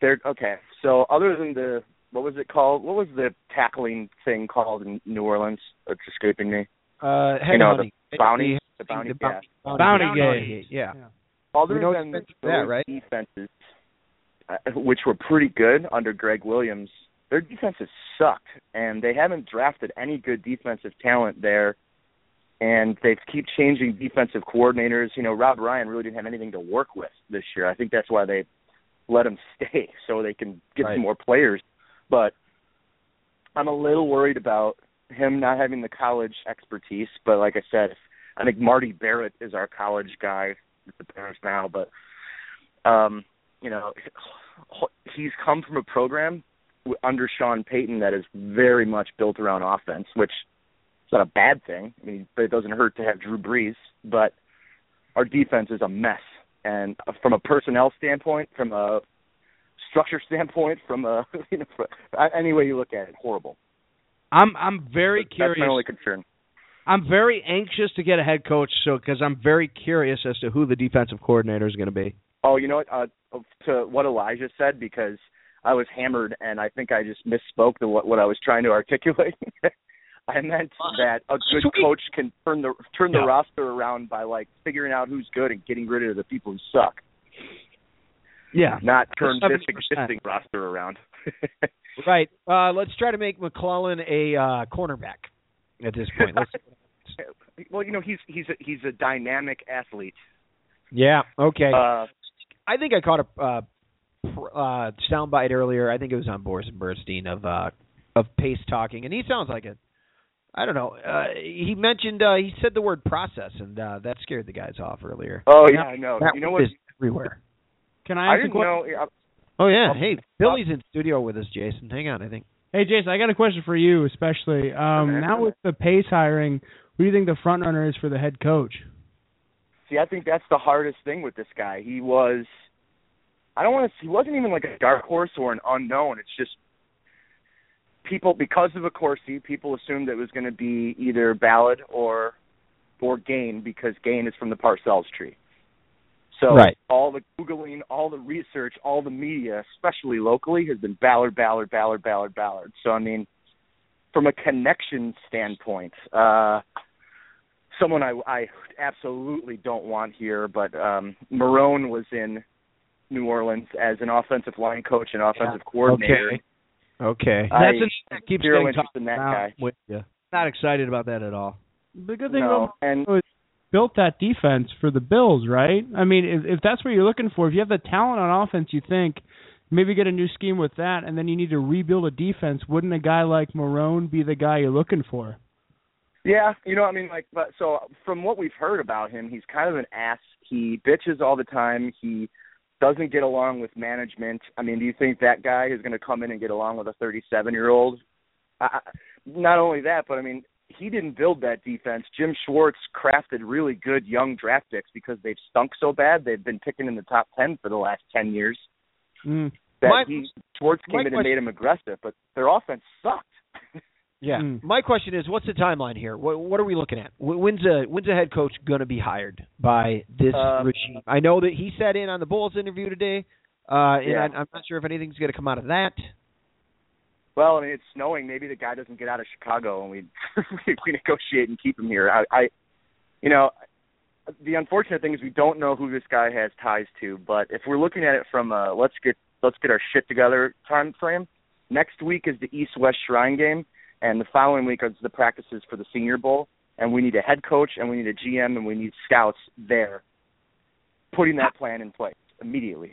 they're okay. So, other than the what was it called? What was the tackling thing called in New Orleans? It's escaping me. Uh, You know, hegemony. the bounty. The- The bounty. the Yeah. bounty, Bounty bounty gate. Yeah. Other We know than defense- those yeah, right? defenses, uh, which were pretty good under Greg Williams, their defenses sucked, and they haven't drafted any good defensive talent there. And they keep changing defensive coordinators. You know, Rob Ryan really didn't have anything to work with this year. I think that's why they let him stay so they can get Right. some more players. But I'm a little worried about him not having the college expertise. But like I said, if I think Marty Barrett is our college guy with the Bears now, but um, you know, he's come from a program w- under Sean Payton that is very much built around offense, which is not a bad thing. I mean, but it doesn't hurt to have Drew Brees. But our defense is a mess, and uh, from a personnel standpoint, from a structure standpoint, from a you know, from, uh, any way you look at it, horrible. I'm I'm very That's curious. my only concern. I'm very anxious to get a head coach, so because I'm very curious as to who the defensive coordinator is going to be. Oh, you know what? Uh, to what Elijah said, because I was hammered and I think I just misspoke the what, what I was trying to articulate. I meant that a good Sweet. coach can turn the turn the Yeah. roster around by like figuring out who's good and getting rid of the people who suck, Yeah. not turn this 70%. existing roster around. Right. Uh, let's try to make McClellan a uh, cornerback at this point. Let's, well, you know he's he's a, he's a dynamic athlete. yeah. Okay. Uh, I think I caught a uh, pr- uh, soundbite earlier. I think it was on Boris Bernstein of uh, of Pace talking, and he sounds like a. I don't know. Uh, he mentioned uh, he said the word process, and uh, that scared the guys off earlier. oh yeah, I know. That You know word what? is everywhere. Can I I ask a didn't question? know. uh, yeah, Oh yeah. Up- Hey, Billy's in studio with us, Jason. Hang on, I think. Hey, Jason, I got a question for you, especially. Um, man. now with the pace hiring, who do you think the front runner is for the head coach? See, I think that's the hardest thing with this guy. He was, I don't want to. He wasn't even like a dark horse or an unknown. It's just people because of a Corsi, people assumed it was going to be either Ballad or or Gain because Gain is from the Parcells tree. So Right. all the googling, all the research, all the media, especially locally, has been Ballard, Ballard, Ballard, Ballard, Ballard. So I mean, from a connection standpoint, uh, someone I, I absolutely don't want here, but um, Marone was in New Orleans as an offensive line coach and offensive coordinator. Okay. Okay. I That's a name that keeps zero getting interest talked in that about. guy. With you. Not excited about that at all. The good thing no, about and built that defense for the Bills, right? I mean, if, if that's what you're looking for, if you have the talent on offense, you think Maybe get a new scheme with that, and then you need to rebuild a defense. Wouldn't a guy like Marone be the guy you're looking for? Yeah, you know, I mean, like, but so from what we've heard about him, he's kind of an ass. He bitches all the time. He doesn't get along with management. I mean, do you think that guy is going to come in and get along with a 37-year-old? I, not only that, but I mean, he didn't build that defense. Jim Schwartz crafted really good young draft picks because they've stunk so bad. They've been picking in the top ten for the last ten years. Mm. That My- he, Schwartz came my in and question- made him aggressive, but their offense sucked. Yeah. Mm. My question is, what's the timeline here? What, what are we looking at? Wh- When's a when's a head coach going to be hired by this Uh, regime? I know that he sat in on the Bulls interview today, uh, and Yeah. I, I'm not sure if anything's going to come out of that. Well, I mean, it's snowing. Maybe the guy doesn't get out of Chicago, and we we negotiate and keep him here. I, I, you know, the unfortunate thing is we don't know who this guy has ties to. But if we're looking at it from a let's get let's get our shit together time frame, next week is the East West Shrine Game, and the following week is the practices for the Senior Bowl. And we need a head coach, and we need a GM, and we need scouts there, putting that plan in place immediately.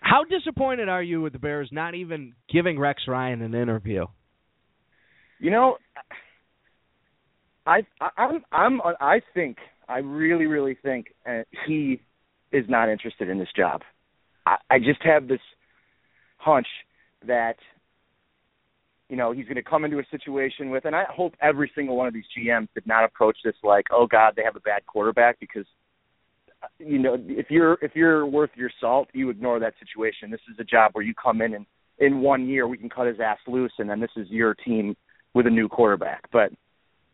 How disappointed are you with the Bears not even giving Rex Ryan an interview? You know, I, I I'm I'm I think I really really think uh, he is not interested in this job. I, I just have this hunch that you know he's going to come into a situation with, and I hope every single one of these GMs did not approach this like, oh God, they have a bad quarterback because uh, you know if you're if you're worth your salt, you ignore that situation. This is a job where you come in and in one year we can cut his ass loose, and then this is your team with a new quarterback. But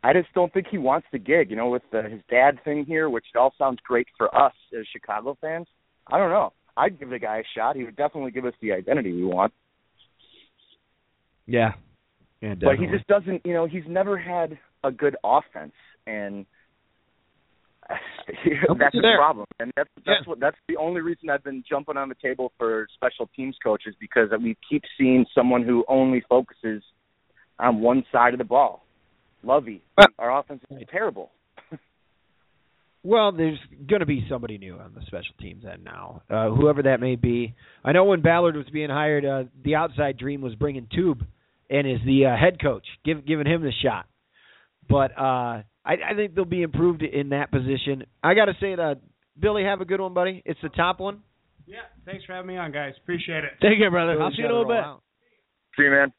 I just don't think he wants the gig. You know, with the, his dad thing here, which it all sounds great for us as Chicago fans. I don't know. I'd give the guy a shot. He would definitely give us the identity we want. Yeah. Yeah, But he just doesn't. You know, he's never had a good offense, and that's the there. problem. And that's that's Yeah. what that's the only reason I've been jumping on the table for special teams coaches because we keep seeing someone who only focuses on one side of the ball. Lovey, Well- our offense is terrible. Well, there's going to be somebody new on the special teams end now, uh, whoever that may be. I know when Ballard was being hired, uh, the outside dream was bringing Tube and is the uh, head coach, give, giving him the shot. But uh, I, I think they'll be improved in that position. I got to say, that, Billy, have a good one, buddy. It's the top one. Yeah. Thanks for having me on, guys. Appreciate it. Take care, brother. Billy's I'll see you in a gotta little roll bit. out. See you, man.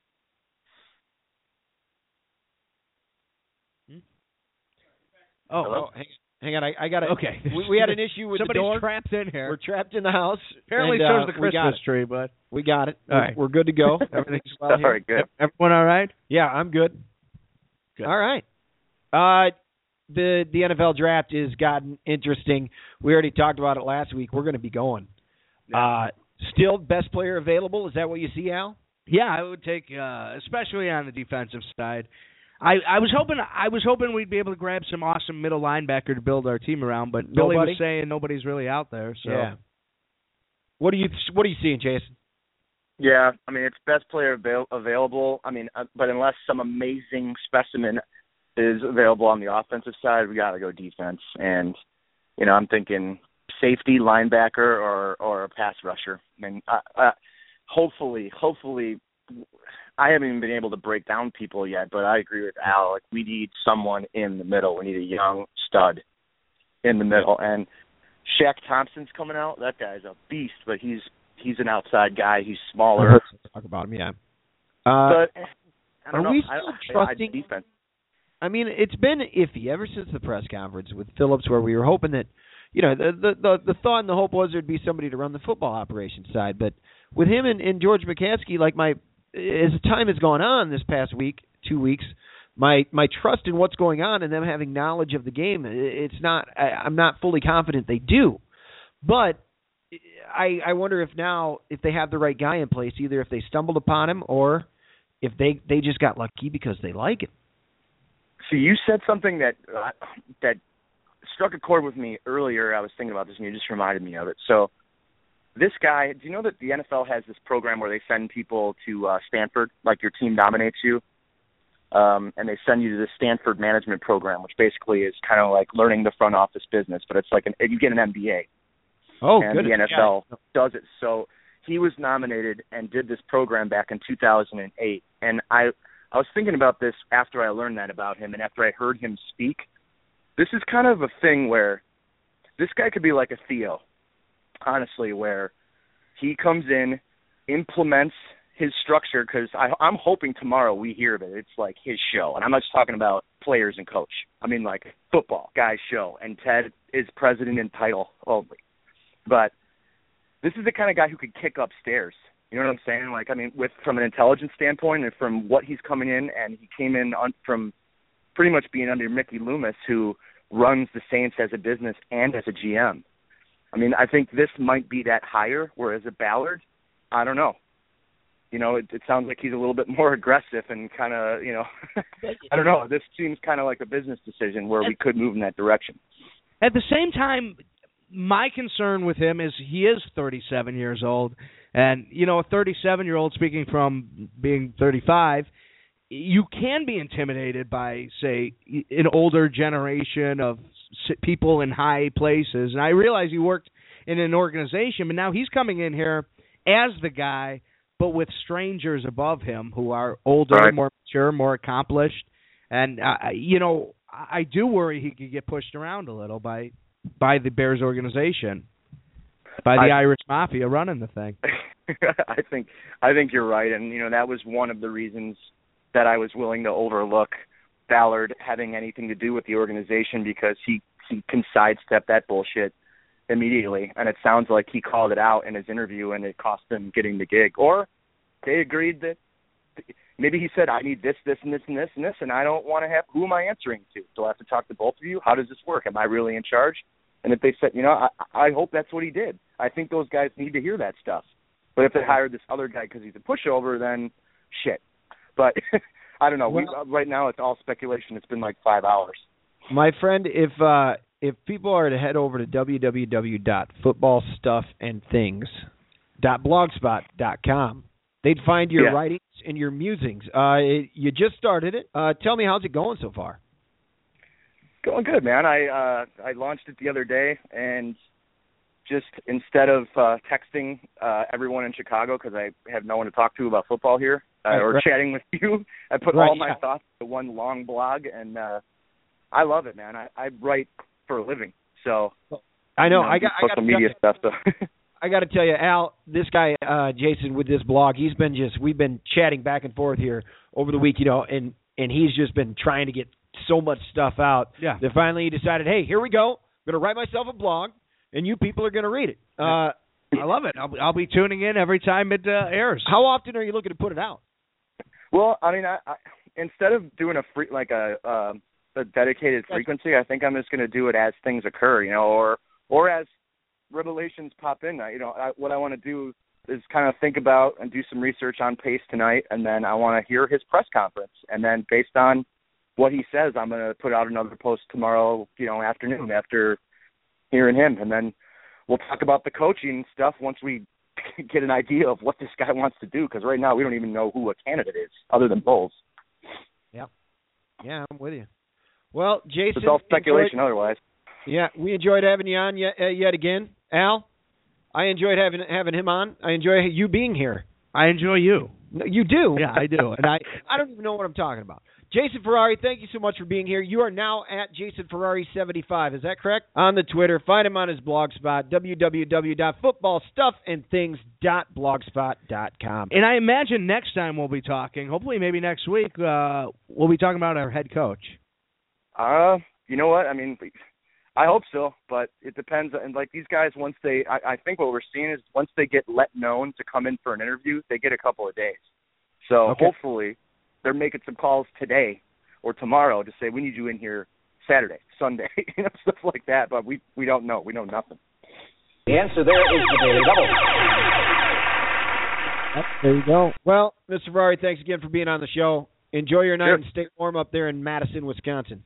Oh, Oh, hang, hang on. I, I got to. Okay. We, we had an issue with somebody's the door. trapped in We're here. trapped in the house. Apparently, and, so's uh, the we got Christmas tree, but it. We got it. All We're- right. We're good to go. Everything's well here. All right, good. everyone all right? Yeah, I'm good. Good. All right. Uh the the NFL draft has gotten interesting. We already talked about it last week. We're going to be going. Uh still best player available, is that what you see, Al? Yeah, I would take, uh, especially on the defensive side. I, I was hoping I was hoping we'd be able to grab some awesome middle linebacker to build our team around, but Billy Nobody? was saying nobody's really out there. So What do you what are you seeing, Jason? Yeah, I mean it's best player avail- available. I mean, uh, but unless some amazing specimen is available on the offensive side, we got to go defense. And you know, I'm thinking safety, linebacker, or or a pass rusher. I mean, uh, uh, hopefully, hopefully, I haven't even been able to break down people yet. But I agree with Al. Like, we need someone in the middle. We need a young stud in the middle. And Shaq Thompson's coming out. That guy's a beast, but he's he's an outside guy. He's Uh-huh. smaller. Talk about him, yeah. Uh, But I don't are know. we I don't, still I- I- trusting- defense. I mean, it's been iffy ever since the press conference with Phillips, where we were hoping that, you know, the the the, the thought and the hope was there'd be somebody to run the football operations side. But with him and, and George McCaskey, like my as time has gone on this past week, two weeks, my my trust in what's going on and them having knowledge of the game, i- it's not. I, I'm not fully confident they do, but. I I wonder if now if they have the right guy in place, either if they stumbled upon him or if they they just got lucky because they like him. So you said something that uh, that struck a chord with me earlier. I was thinking about this, and you just reminded me of it. So this guy, do you know that the NFL has this program where they send people to uh, Stanford, like your team nominates you, um, and they send you to the Stanford management program, which basically is kind of like learning the front office business, but it's like an, you get an MBA. Oh, and good. the NFL does it so he was nominated and did this program back in 2008 and i i was thinking about this after i learned that about him and after i heard him speak this is kind of a thing where this guy could be like a theo honestly where he comes in implements his structure because i'm hoping tomorrow we hear that it's like his show and i'm not just talking about players and coach i mean like football guy's show and ted is president and title only but this is the kind of guy who could kick upstairs. You know what I'm saying? Like, I mean, with from an intelligence standpoint and from what he's coming in, and he came in on, from pretty much being under Mickey Loomis, who runs the Saints as a business and as a GM. I mean, I think this might be that higher. Whereas a Ballard, I don't know. You know, it, it sounds like he's a little bit more aggressive and kind of, you know, I don't know. This seems kind of like a business decision where we could move in that direction. At the same time, my concern with him is he is 37 years old, and you know, a 37 year old speaking from being 35, you can be intimidated by, say, an older generation of people in high places. And I realize he worked in an organization, but now he's coming in here as the guy, but with strangers above him who are older, Right. more mature, more accomplished, and uh, you know, I do worry he could get pushed around a little by by the Bears organization, by the I- Irish Mafia running the thing. I think I think you're right, and you know that was one of the reasons that I was willing to overlook Ballard having anything to do with the organization because he he can sidestep that bullshit immediately, and it sounds like he called it out in his interview, and it cost him getting the gig, or they agreed that maybe he said I need this, this, and this, and this, and this, and I don't want to have who am I answering to? Do I have to talk to both of you? How does this work? Am I really in charge? And if they said, you know, I, I hope that's what he did. I think those guys need to hear that stuff. But if they hired this other guy because he's a pushover, then shit. But I don't know. we, right now, it's all speculation. It's been like five hours. My friend, if uh, if people are to head over to www.footballstuffandthings.blogspot.com, they'd find your Yeah. writings and your musings. Uh, it, you just started it. Uh, tell me how's it going so far? Going good, man. I uh I launched it the other day, and just instead of uh texting uh everyone in Chicago because I have no one to talk to about football here, uh, Right, or right. chatting with you, I put Right, all my yeah. thoughts to one long blog, and uh I love it, man. I, I write for a living, so I know. you I got. I got social media stuff. So. I got to tell you, Al, this guy uh, Jason with this blog, he's been just we've been chatting back and forth here over the week, you know, and and he's just been trying to get so much stuff out. Yeah. That finally he decided, hey, here we go. I'm gonna write myself a blog, and you people are gonna read it. Uh, I love it. I'll, be- I'll be tuning in every time it uh, airs. how often are you looking to put it out? Well, I mean, I, I instead of doing a free like a um a dedicated frequency, I think I'm just going to do it as things occur, you know, or or as revelations pop in. I, you know, I, what I want to do is kind of think about and do some research on Pace tonight, and then I want to hear his press conference, and then based on what he says, I'm going to put out another post tomorrow, you know, afternoon after hearing him, and then we'll talk about the coaching stuff once we get an idea of what this guy wants to do because right now we don't even know who a candidate is other than Bowles. Yeah, I'm with you. Well, It's, Jason, all speculation otherwise. enjoyed- yeah, we enjoyed having you on yet, uh, yet again, Al. I enjoyed having having him on. I enjoy you being here. I enjoy you. No, You do. Yeah, I do. And I I don't even know what I'm talking about. Jason Ferrari, thank you so much for being here. You are now at Jason Ferrari 75. Is that correct? On the Twitter, find him on his blog spot www.footballstuffandthings.blogspot.com. and I imagine next time we'll be talking. Hopefully, maybe next week uh, we'll be talking about our head coach. Uh, you know what? I mean, I hope so, but it depends. And like these guys, once they, I, I think what we're seeing is once they get let known to come in for an interview, they get a couple of days. So Okay. hopefully, they're making some calls today or tomorrow to say we need you in here Saturday, Sunday, you know, stuff like that. But we we don't know. We know nothing. The answer there is the Daily Double. There you go. Well, Mr. Ferrari, thanks again for being on the show. Enjoy your night Sure. and stay warm up there in Madison, Wisconsin.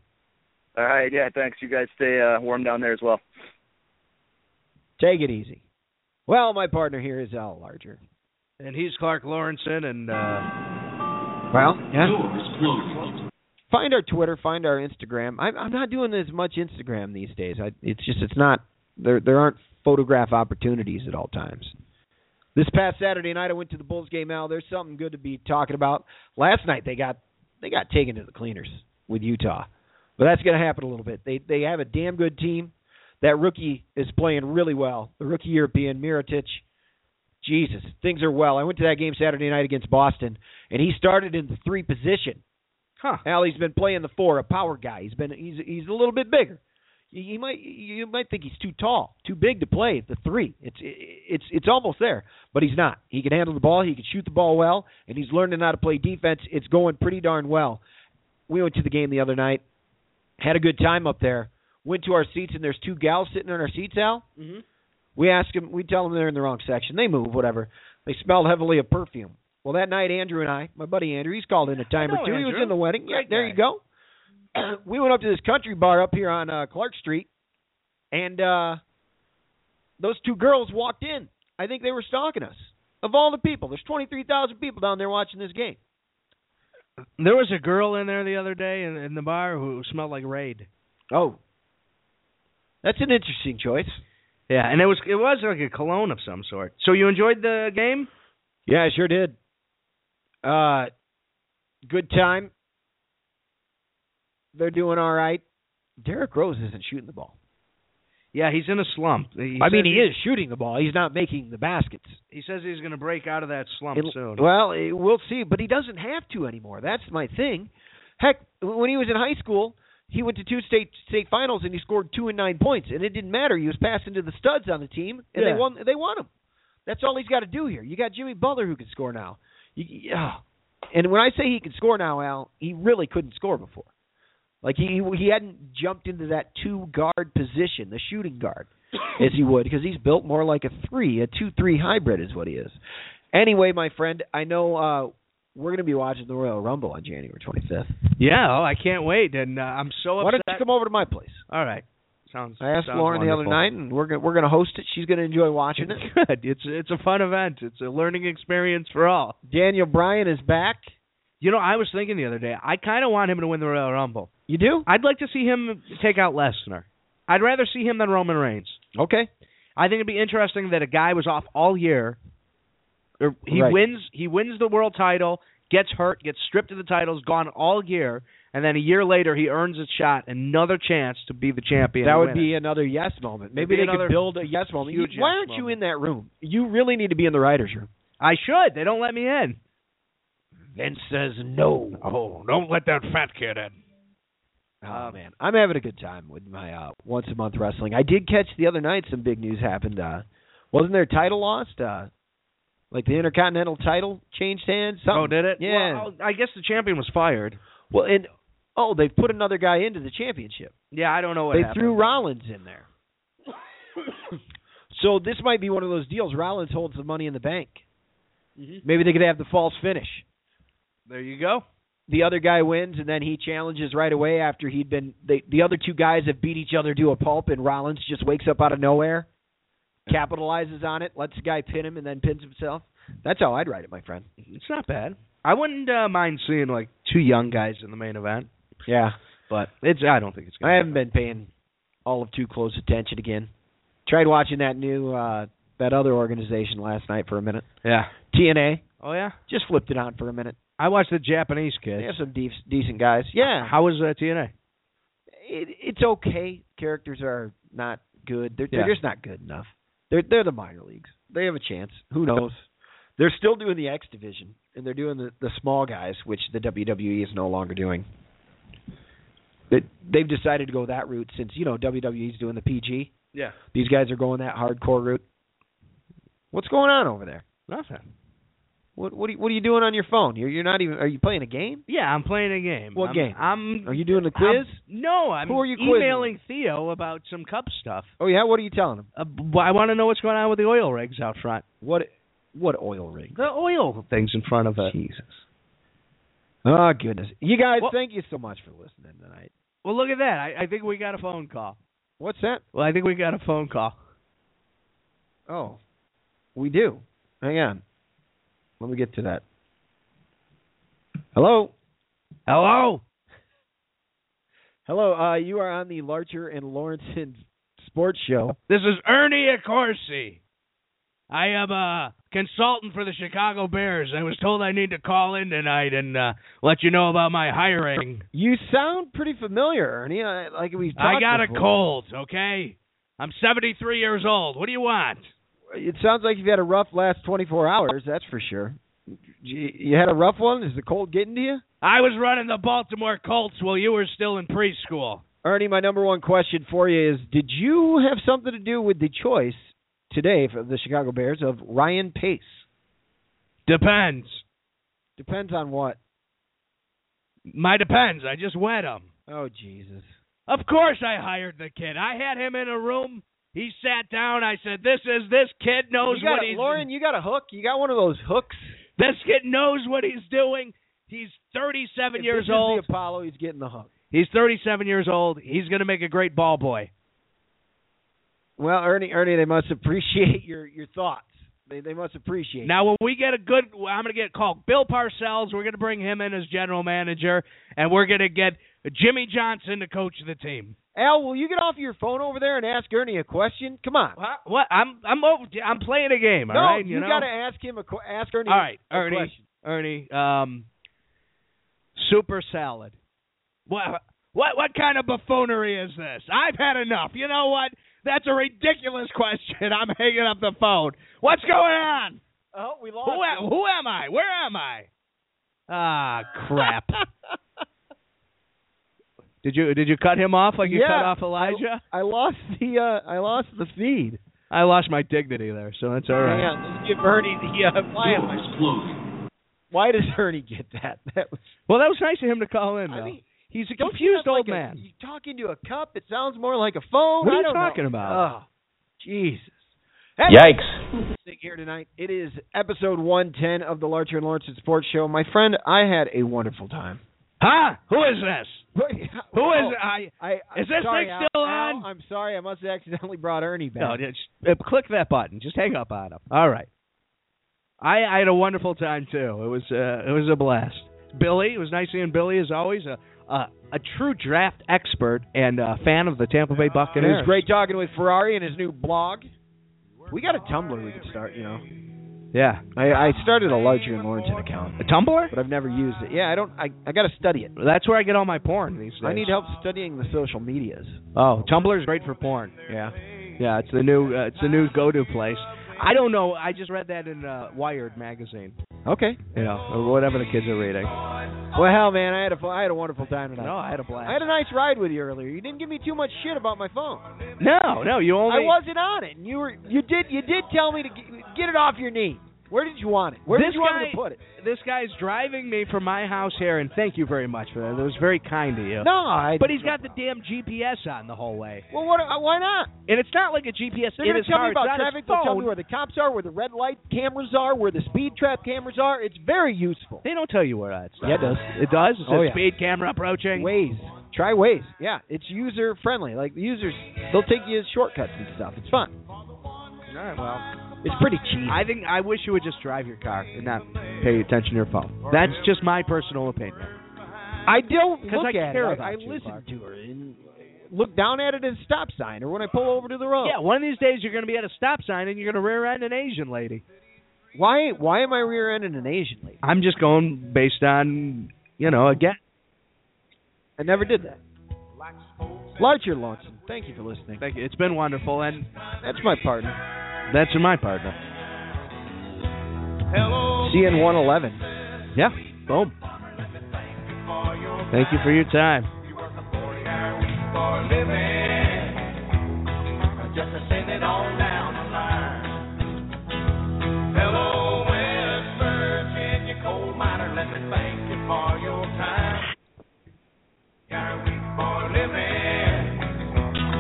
All right. Yeah. Thanks. You guys stay uh, warm down there as well. Take it easy. Well, my partner here is Al Larger. And he's Clark Lawrenson, and uh, Well, Door is closing. find our Twitter, find our Instagram. I'm, I'm not doing as much Instagram these days. I, it's just it's not there. There aren't photograph opportunities at all times. This past Saturday night, I went to the Bulls game. Al, there's something good to be talking about. Last night they got they got taken to the cleaners with Utah, but that's going to happen a little bit. They they have a damn good team. That rookie is playing really well. The rookie European Mirotic. Jesus, things are well. I went to that game Saturday night against Boston, and he started in the three position. Huh. Al, he's been playing the four, a power guy. He's been he's he's a little bit bigger. You, you might you might think he's too tall, too big to play at the three. It's it's it's almost there, but he's not. He can handle the ball. He can shoot the ball well, and he's learning how to play defense. It's going pretty darn well. We went to the game the other night, had a good time up there. Went to our seats, and there's two gals sitting in our seats. Al, Mm-hmm. we ask them, we tell them they're in the wrong section. They move, whatever. They smelled heavily of perfume. Well, that night, Andrew and I, my buddy Andrew, he's called in a time know or two. He was Andrew. in the wedding. Great yeah, there guy. you go. we went up to this country bar up here on uh, Clark Street, and uh those two girls walked in. I think they were stalking us. Of all the people, there's 23,000 people down there watching this game. There was a girl in there the other day in, in the bar who smelled like Raid. Oh, that's an interesting choice. Yeah, and it was it was like a cologne of some sort. So you enjoyed the game? Yeah, I sure did. Uh, good time. They're doing all right. Derrick Rose isn't shooting the ball. Yeah, he's in a slump. I mean, says he is shooting the ball. He's not making the baskets. He says he's going to break out of that slump It- soon. Well, eh, we'll see. But he doesn't have to anymore. That's my thing. Heck, when he was in high school, he went to two state state finals and he scored two and nine points, and it didn't matter. He was passing to the studs on the team, and Yeah. they won. They won him. That's all he's got to do here. You got Jimmy Butler who can score now. You, yeah. And when I say he can score now, Al, he really couldn't score before. Like he he hadn't jumped into that two guard position, the shooting guard, as he would, because he's built more like a three, a two three hybrid is what he is. Anyway, my friend, I know uh we're going to be watching the Royal Rumble on January 25th. yeah, oh, I can't wait, and uh, I'm so Why upset. don't you come over to my place? All right, sounds. I asked sounds Lauren wonderful. the other night, and we're gonna, we're going to host it. She's going to enjoy watching it. Good. It's it's a fun event. It's a learning experience for all. Daniel Bryan is back. You know, I was thinking the other day. I kind of want him to win the Royal Rumble. You do? I'd like to see him take out Lesnar. I'd rather see him than Roman Reigns. Okay. I think it'd be interesting that a guy was off all year. Or he Right. wins. He wins the world title, gets hurt, gets stripped of the titles, gone all year, and then a year later he earns his shot, another chance to be the champion. That and would win it. be another yes moment. It'd Maybe be they could another build a yes moment. huge Why yes aren't you moment. in that room? You really need to be in the writers' room. I should. They don't let me in. Vince says no. Oh, don't let that fat kid in. Oh man, I'm having a good time with my uh, once a month wrestling. I did catch the other night some big news happened. Uh, wasn't there a title lost? Uh, like the Intercontinental title changed hands. Something. Oh, did it? Yeah. Well, I guess the champion was fired. Well, and oh, they put another guy into the championship. Yeah, I don't know what they happened. threw Rollins in there. so this might be one of those deals. Rollins holds the money in the bank. Mm-hmm. Maybe they could have the false finish. There you go. the other guy wins and then he challenges right away after he'd been they, the other two guys have beat each other to a pulp and Rollins just wakes up out of nowhere, capitalizes on it, lets the guy pin him and then pins himself. That's how I'd write it, my friend. It's not bad. I wouldn't uh, mind seeing like two young guys in the main event, Yeah. but it's. I don't think it's. Gonna I haven't been paying all of too close attention again. Tried watching that new uh that other organization last night for a minute. happen. Yeah. TNA. Oh yeah. Just flipped it on for a minute. I watched the Japanese kids. They have some de- decent guys. Yeah. How was uh, TNA? it, it's okay. Characters are not good. They're, Yeah. they're just not good enough. They're they're the minor leagues. They have a chance. Who knows? They're still doing the X division, and they're doing the, the small guys, which the WWE is no longer doing. They, they've decided to go that route since you know WWE's doing the PG. Yeah. These guys are going that hardcore route. What's going on over there? Nothing. What what are you, what are you doing on your phone? You're you're not even. Are you playing a game? Yeah, I'm playing a game. What I'm, game? I'm. Are you doing a I'm- quiz? no, I'm Who are you quizzing? emailing Theo about some Cubs stuff. oh yeah. What are you telling them? Uh, b- I want to know what's going on with the oil rigs out front. What what oil rig? The oil things in front of it. Jesus. Oh goodness. You guys, Well- thank you so much for listening tonight. Well, look at that. I, I think we got a phone call. What's that? Well, I think we got a phone call. Oh. We do. Hang on. Let me get to that. Hello. Hello. Hello. Uh you are on the Larcher and Lawrence Sports Show. This is Ernie Accorsi. I am a consultant for the Chicago Bears. I was told I need to call in tonight and uh, let you know about my hiring. You sound pretty familiar, Ernie. I, like we. I got a cold, okay? I'm 73 years old. What do you want? It sounds like you've had a rough last 24 hours. That's for sure. You you had a rough one. Is the cold getting to you? I was running the Baltimore Colts while you were still in preschool. Ernie, my number one question for you is: Did you have something to do with the choice today for the Chicago Bears of Ryan Pace? Depends. Depends on what. My depends. I just wet him. Oh Jesus! Of course I hired the kid. I had him in a room. He sat down. I said, "This is this kid knows You got what a, he's Lauren, you got a hook. You got one of those hooks. this kid knows what he's doing. He's 37 If years this is old. the Apollo. He's getting the hook. He's 37 years old. He's going to make a great ball boy. Well, Ernie, Ernie, they must appreciate your your thoughts. They they must appreciate. Now, when we get a good, I'm going to get called Bill Parcells. We're going to bring him in as general manager, and we're going to get Jimmy Johnson to coach the team. Al, will you get off your phone over there and ask Ernie a question? Come on. What? what? I'm I'm over, I'm playing a game. all no, right? you, know? got to ask him a qu- ask Ernie. All right, a Ernie. question. Ernie, um, super salad. What what what kind of buffoonery is this? I've had enough. You know what? That's a ridiculous question. I'm hanging up the phone. What's going on? Oh, we Who lost. am, who am I? Where am I? Ah, crap. did you did you cut him off like you Yeah, cut off Elijah? I lost the uh, I lost the feed. I, lost my dignity there, so that's all right. Hang on, let's give Ernie the uh, Door why, is closing. why does Ernie get that? That was Well, that was nice of him to call in. Though. I mean, He's a don't you confused have, old like, a- man. you talk into a cup. It sounds more like a phone. What are I you don't know. talking about? Oh, Jesus. Hey, Yikes. Sig here tonight. It is episode 110 of the Larcher and Lawrence Sports Show. My friend, I had a wonderful time. huh? Who is this? Who is Who is Oh. I? I, is Is this sorry, thing Al- still Al, on? I'm sorry. I must have accidentally brought Ernie back. No, just uh, click that button. Just hang up on him. All right. I, I had a wonderful time too. It was uh, it was a blast. Billy, it was nice seeing Billy as always. A a, a true draft expert and a fan of the Tampa Bay it Buccaneers. was great talking with Ferrari and his new blog. We got a Tumblr we could start, you know. Yeah. I, I started a Larcher and Lawrence account, A Tumblr? but I've never used it. Yeah, I don't. I I got to study it. That's where I get all my porn these days. I need help studying the social medias. Oh, Tumblr is great for porn. Yeah. Yeah, it's the new uh, it's the new go to place. I don't know. I just read that in uh, Wired magazine. Okay. You know, or whatever the kids are reading. Well, hell, man, I had a fu- I had a wonderful time tonight. No, I had a blast. I had a nice ride with you earlier. You didn't give me too much shit about my phone. no, no, you only. I wasn't on it, and you were you did you did tell me to g- get it off your knee. Where did you want it? Where This did you want me guy- to put it? This guy's driving me from my house here, and thank you very much for that. That was very kind of you. No, I. But he's got the damn GPS on the whole way, Well, what? Uh, why not? and it's not like a GPS They're in gonna his tell car. me it's about not traffic. his They'll tell phone. me where the cops are, where the red light cameras are, where the speed trap cameras are. It's very useful. They don't tell you where that's. Yeah, it does. It does. It says Oh, yeah. speed camera approaching. Ways. Try Waze. Yeah, it's user friendly. Like the users, they'll take you as shortcuts and stuff. It's fun. well, it's pretty cheap. I think I wish you would just drive your car and not pay attention to your phone. That's just my personal opinion. I don't 'Cause look I at care it. about I, I you, listen Clark. to her and look down at it at a stop sign or when I pull over to the road. Yeah, one of these days you're going to be at a stop sign and you're going to rear end an Asian lady. Why? Why am I rear-ending an Asian lady? I'm just going based on you know again. I never did that. Larcher Lawson, thank you for listening. Thank you. It's been wonderful, and That's my partner. that's my partner. CN 111. Yeah. Boom. Thank you for your time.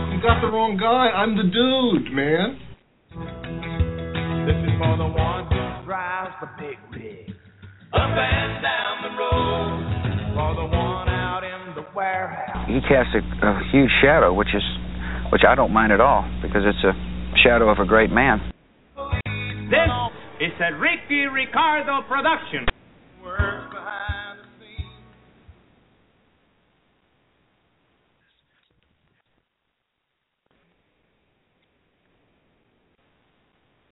You got the wrong guy. I'm the dude, man. He casts a, a huge shadow, which is, which I don't mind at all, because it's a shadow of a great man. This is a Ricky Ricardo production.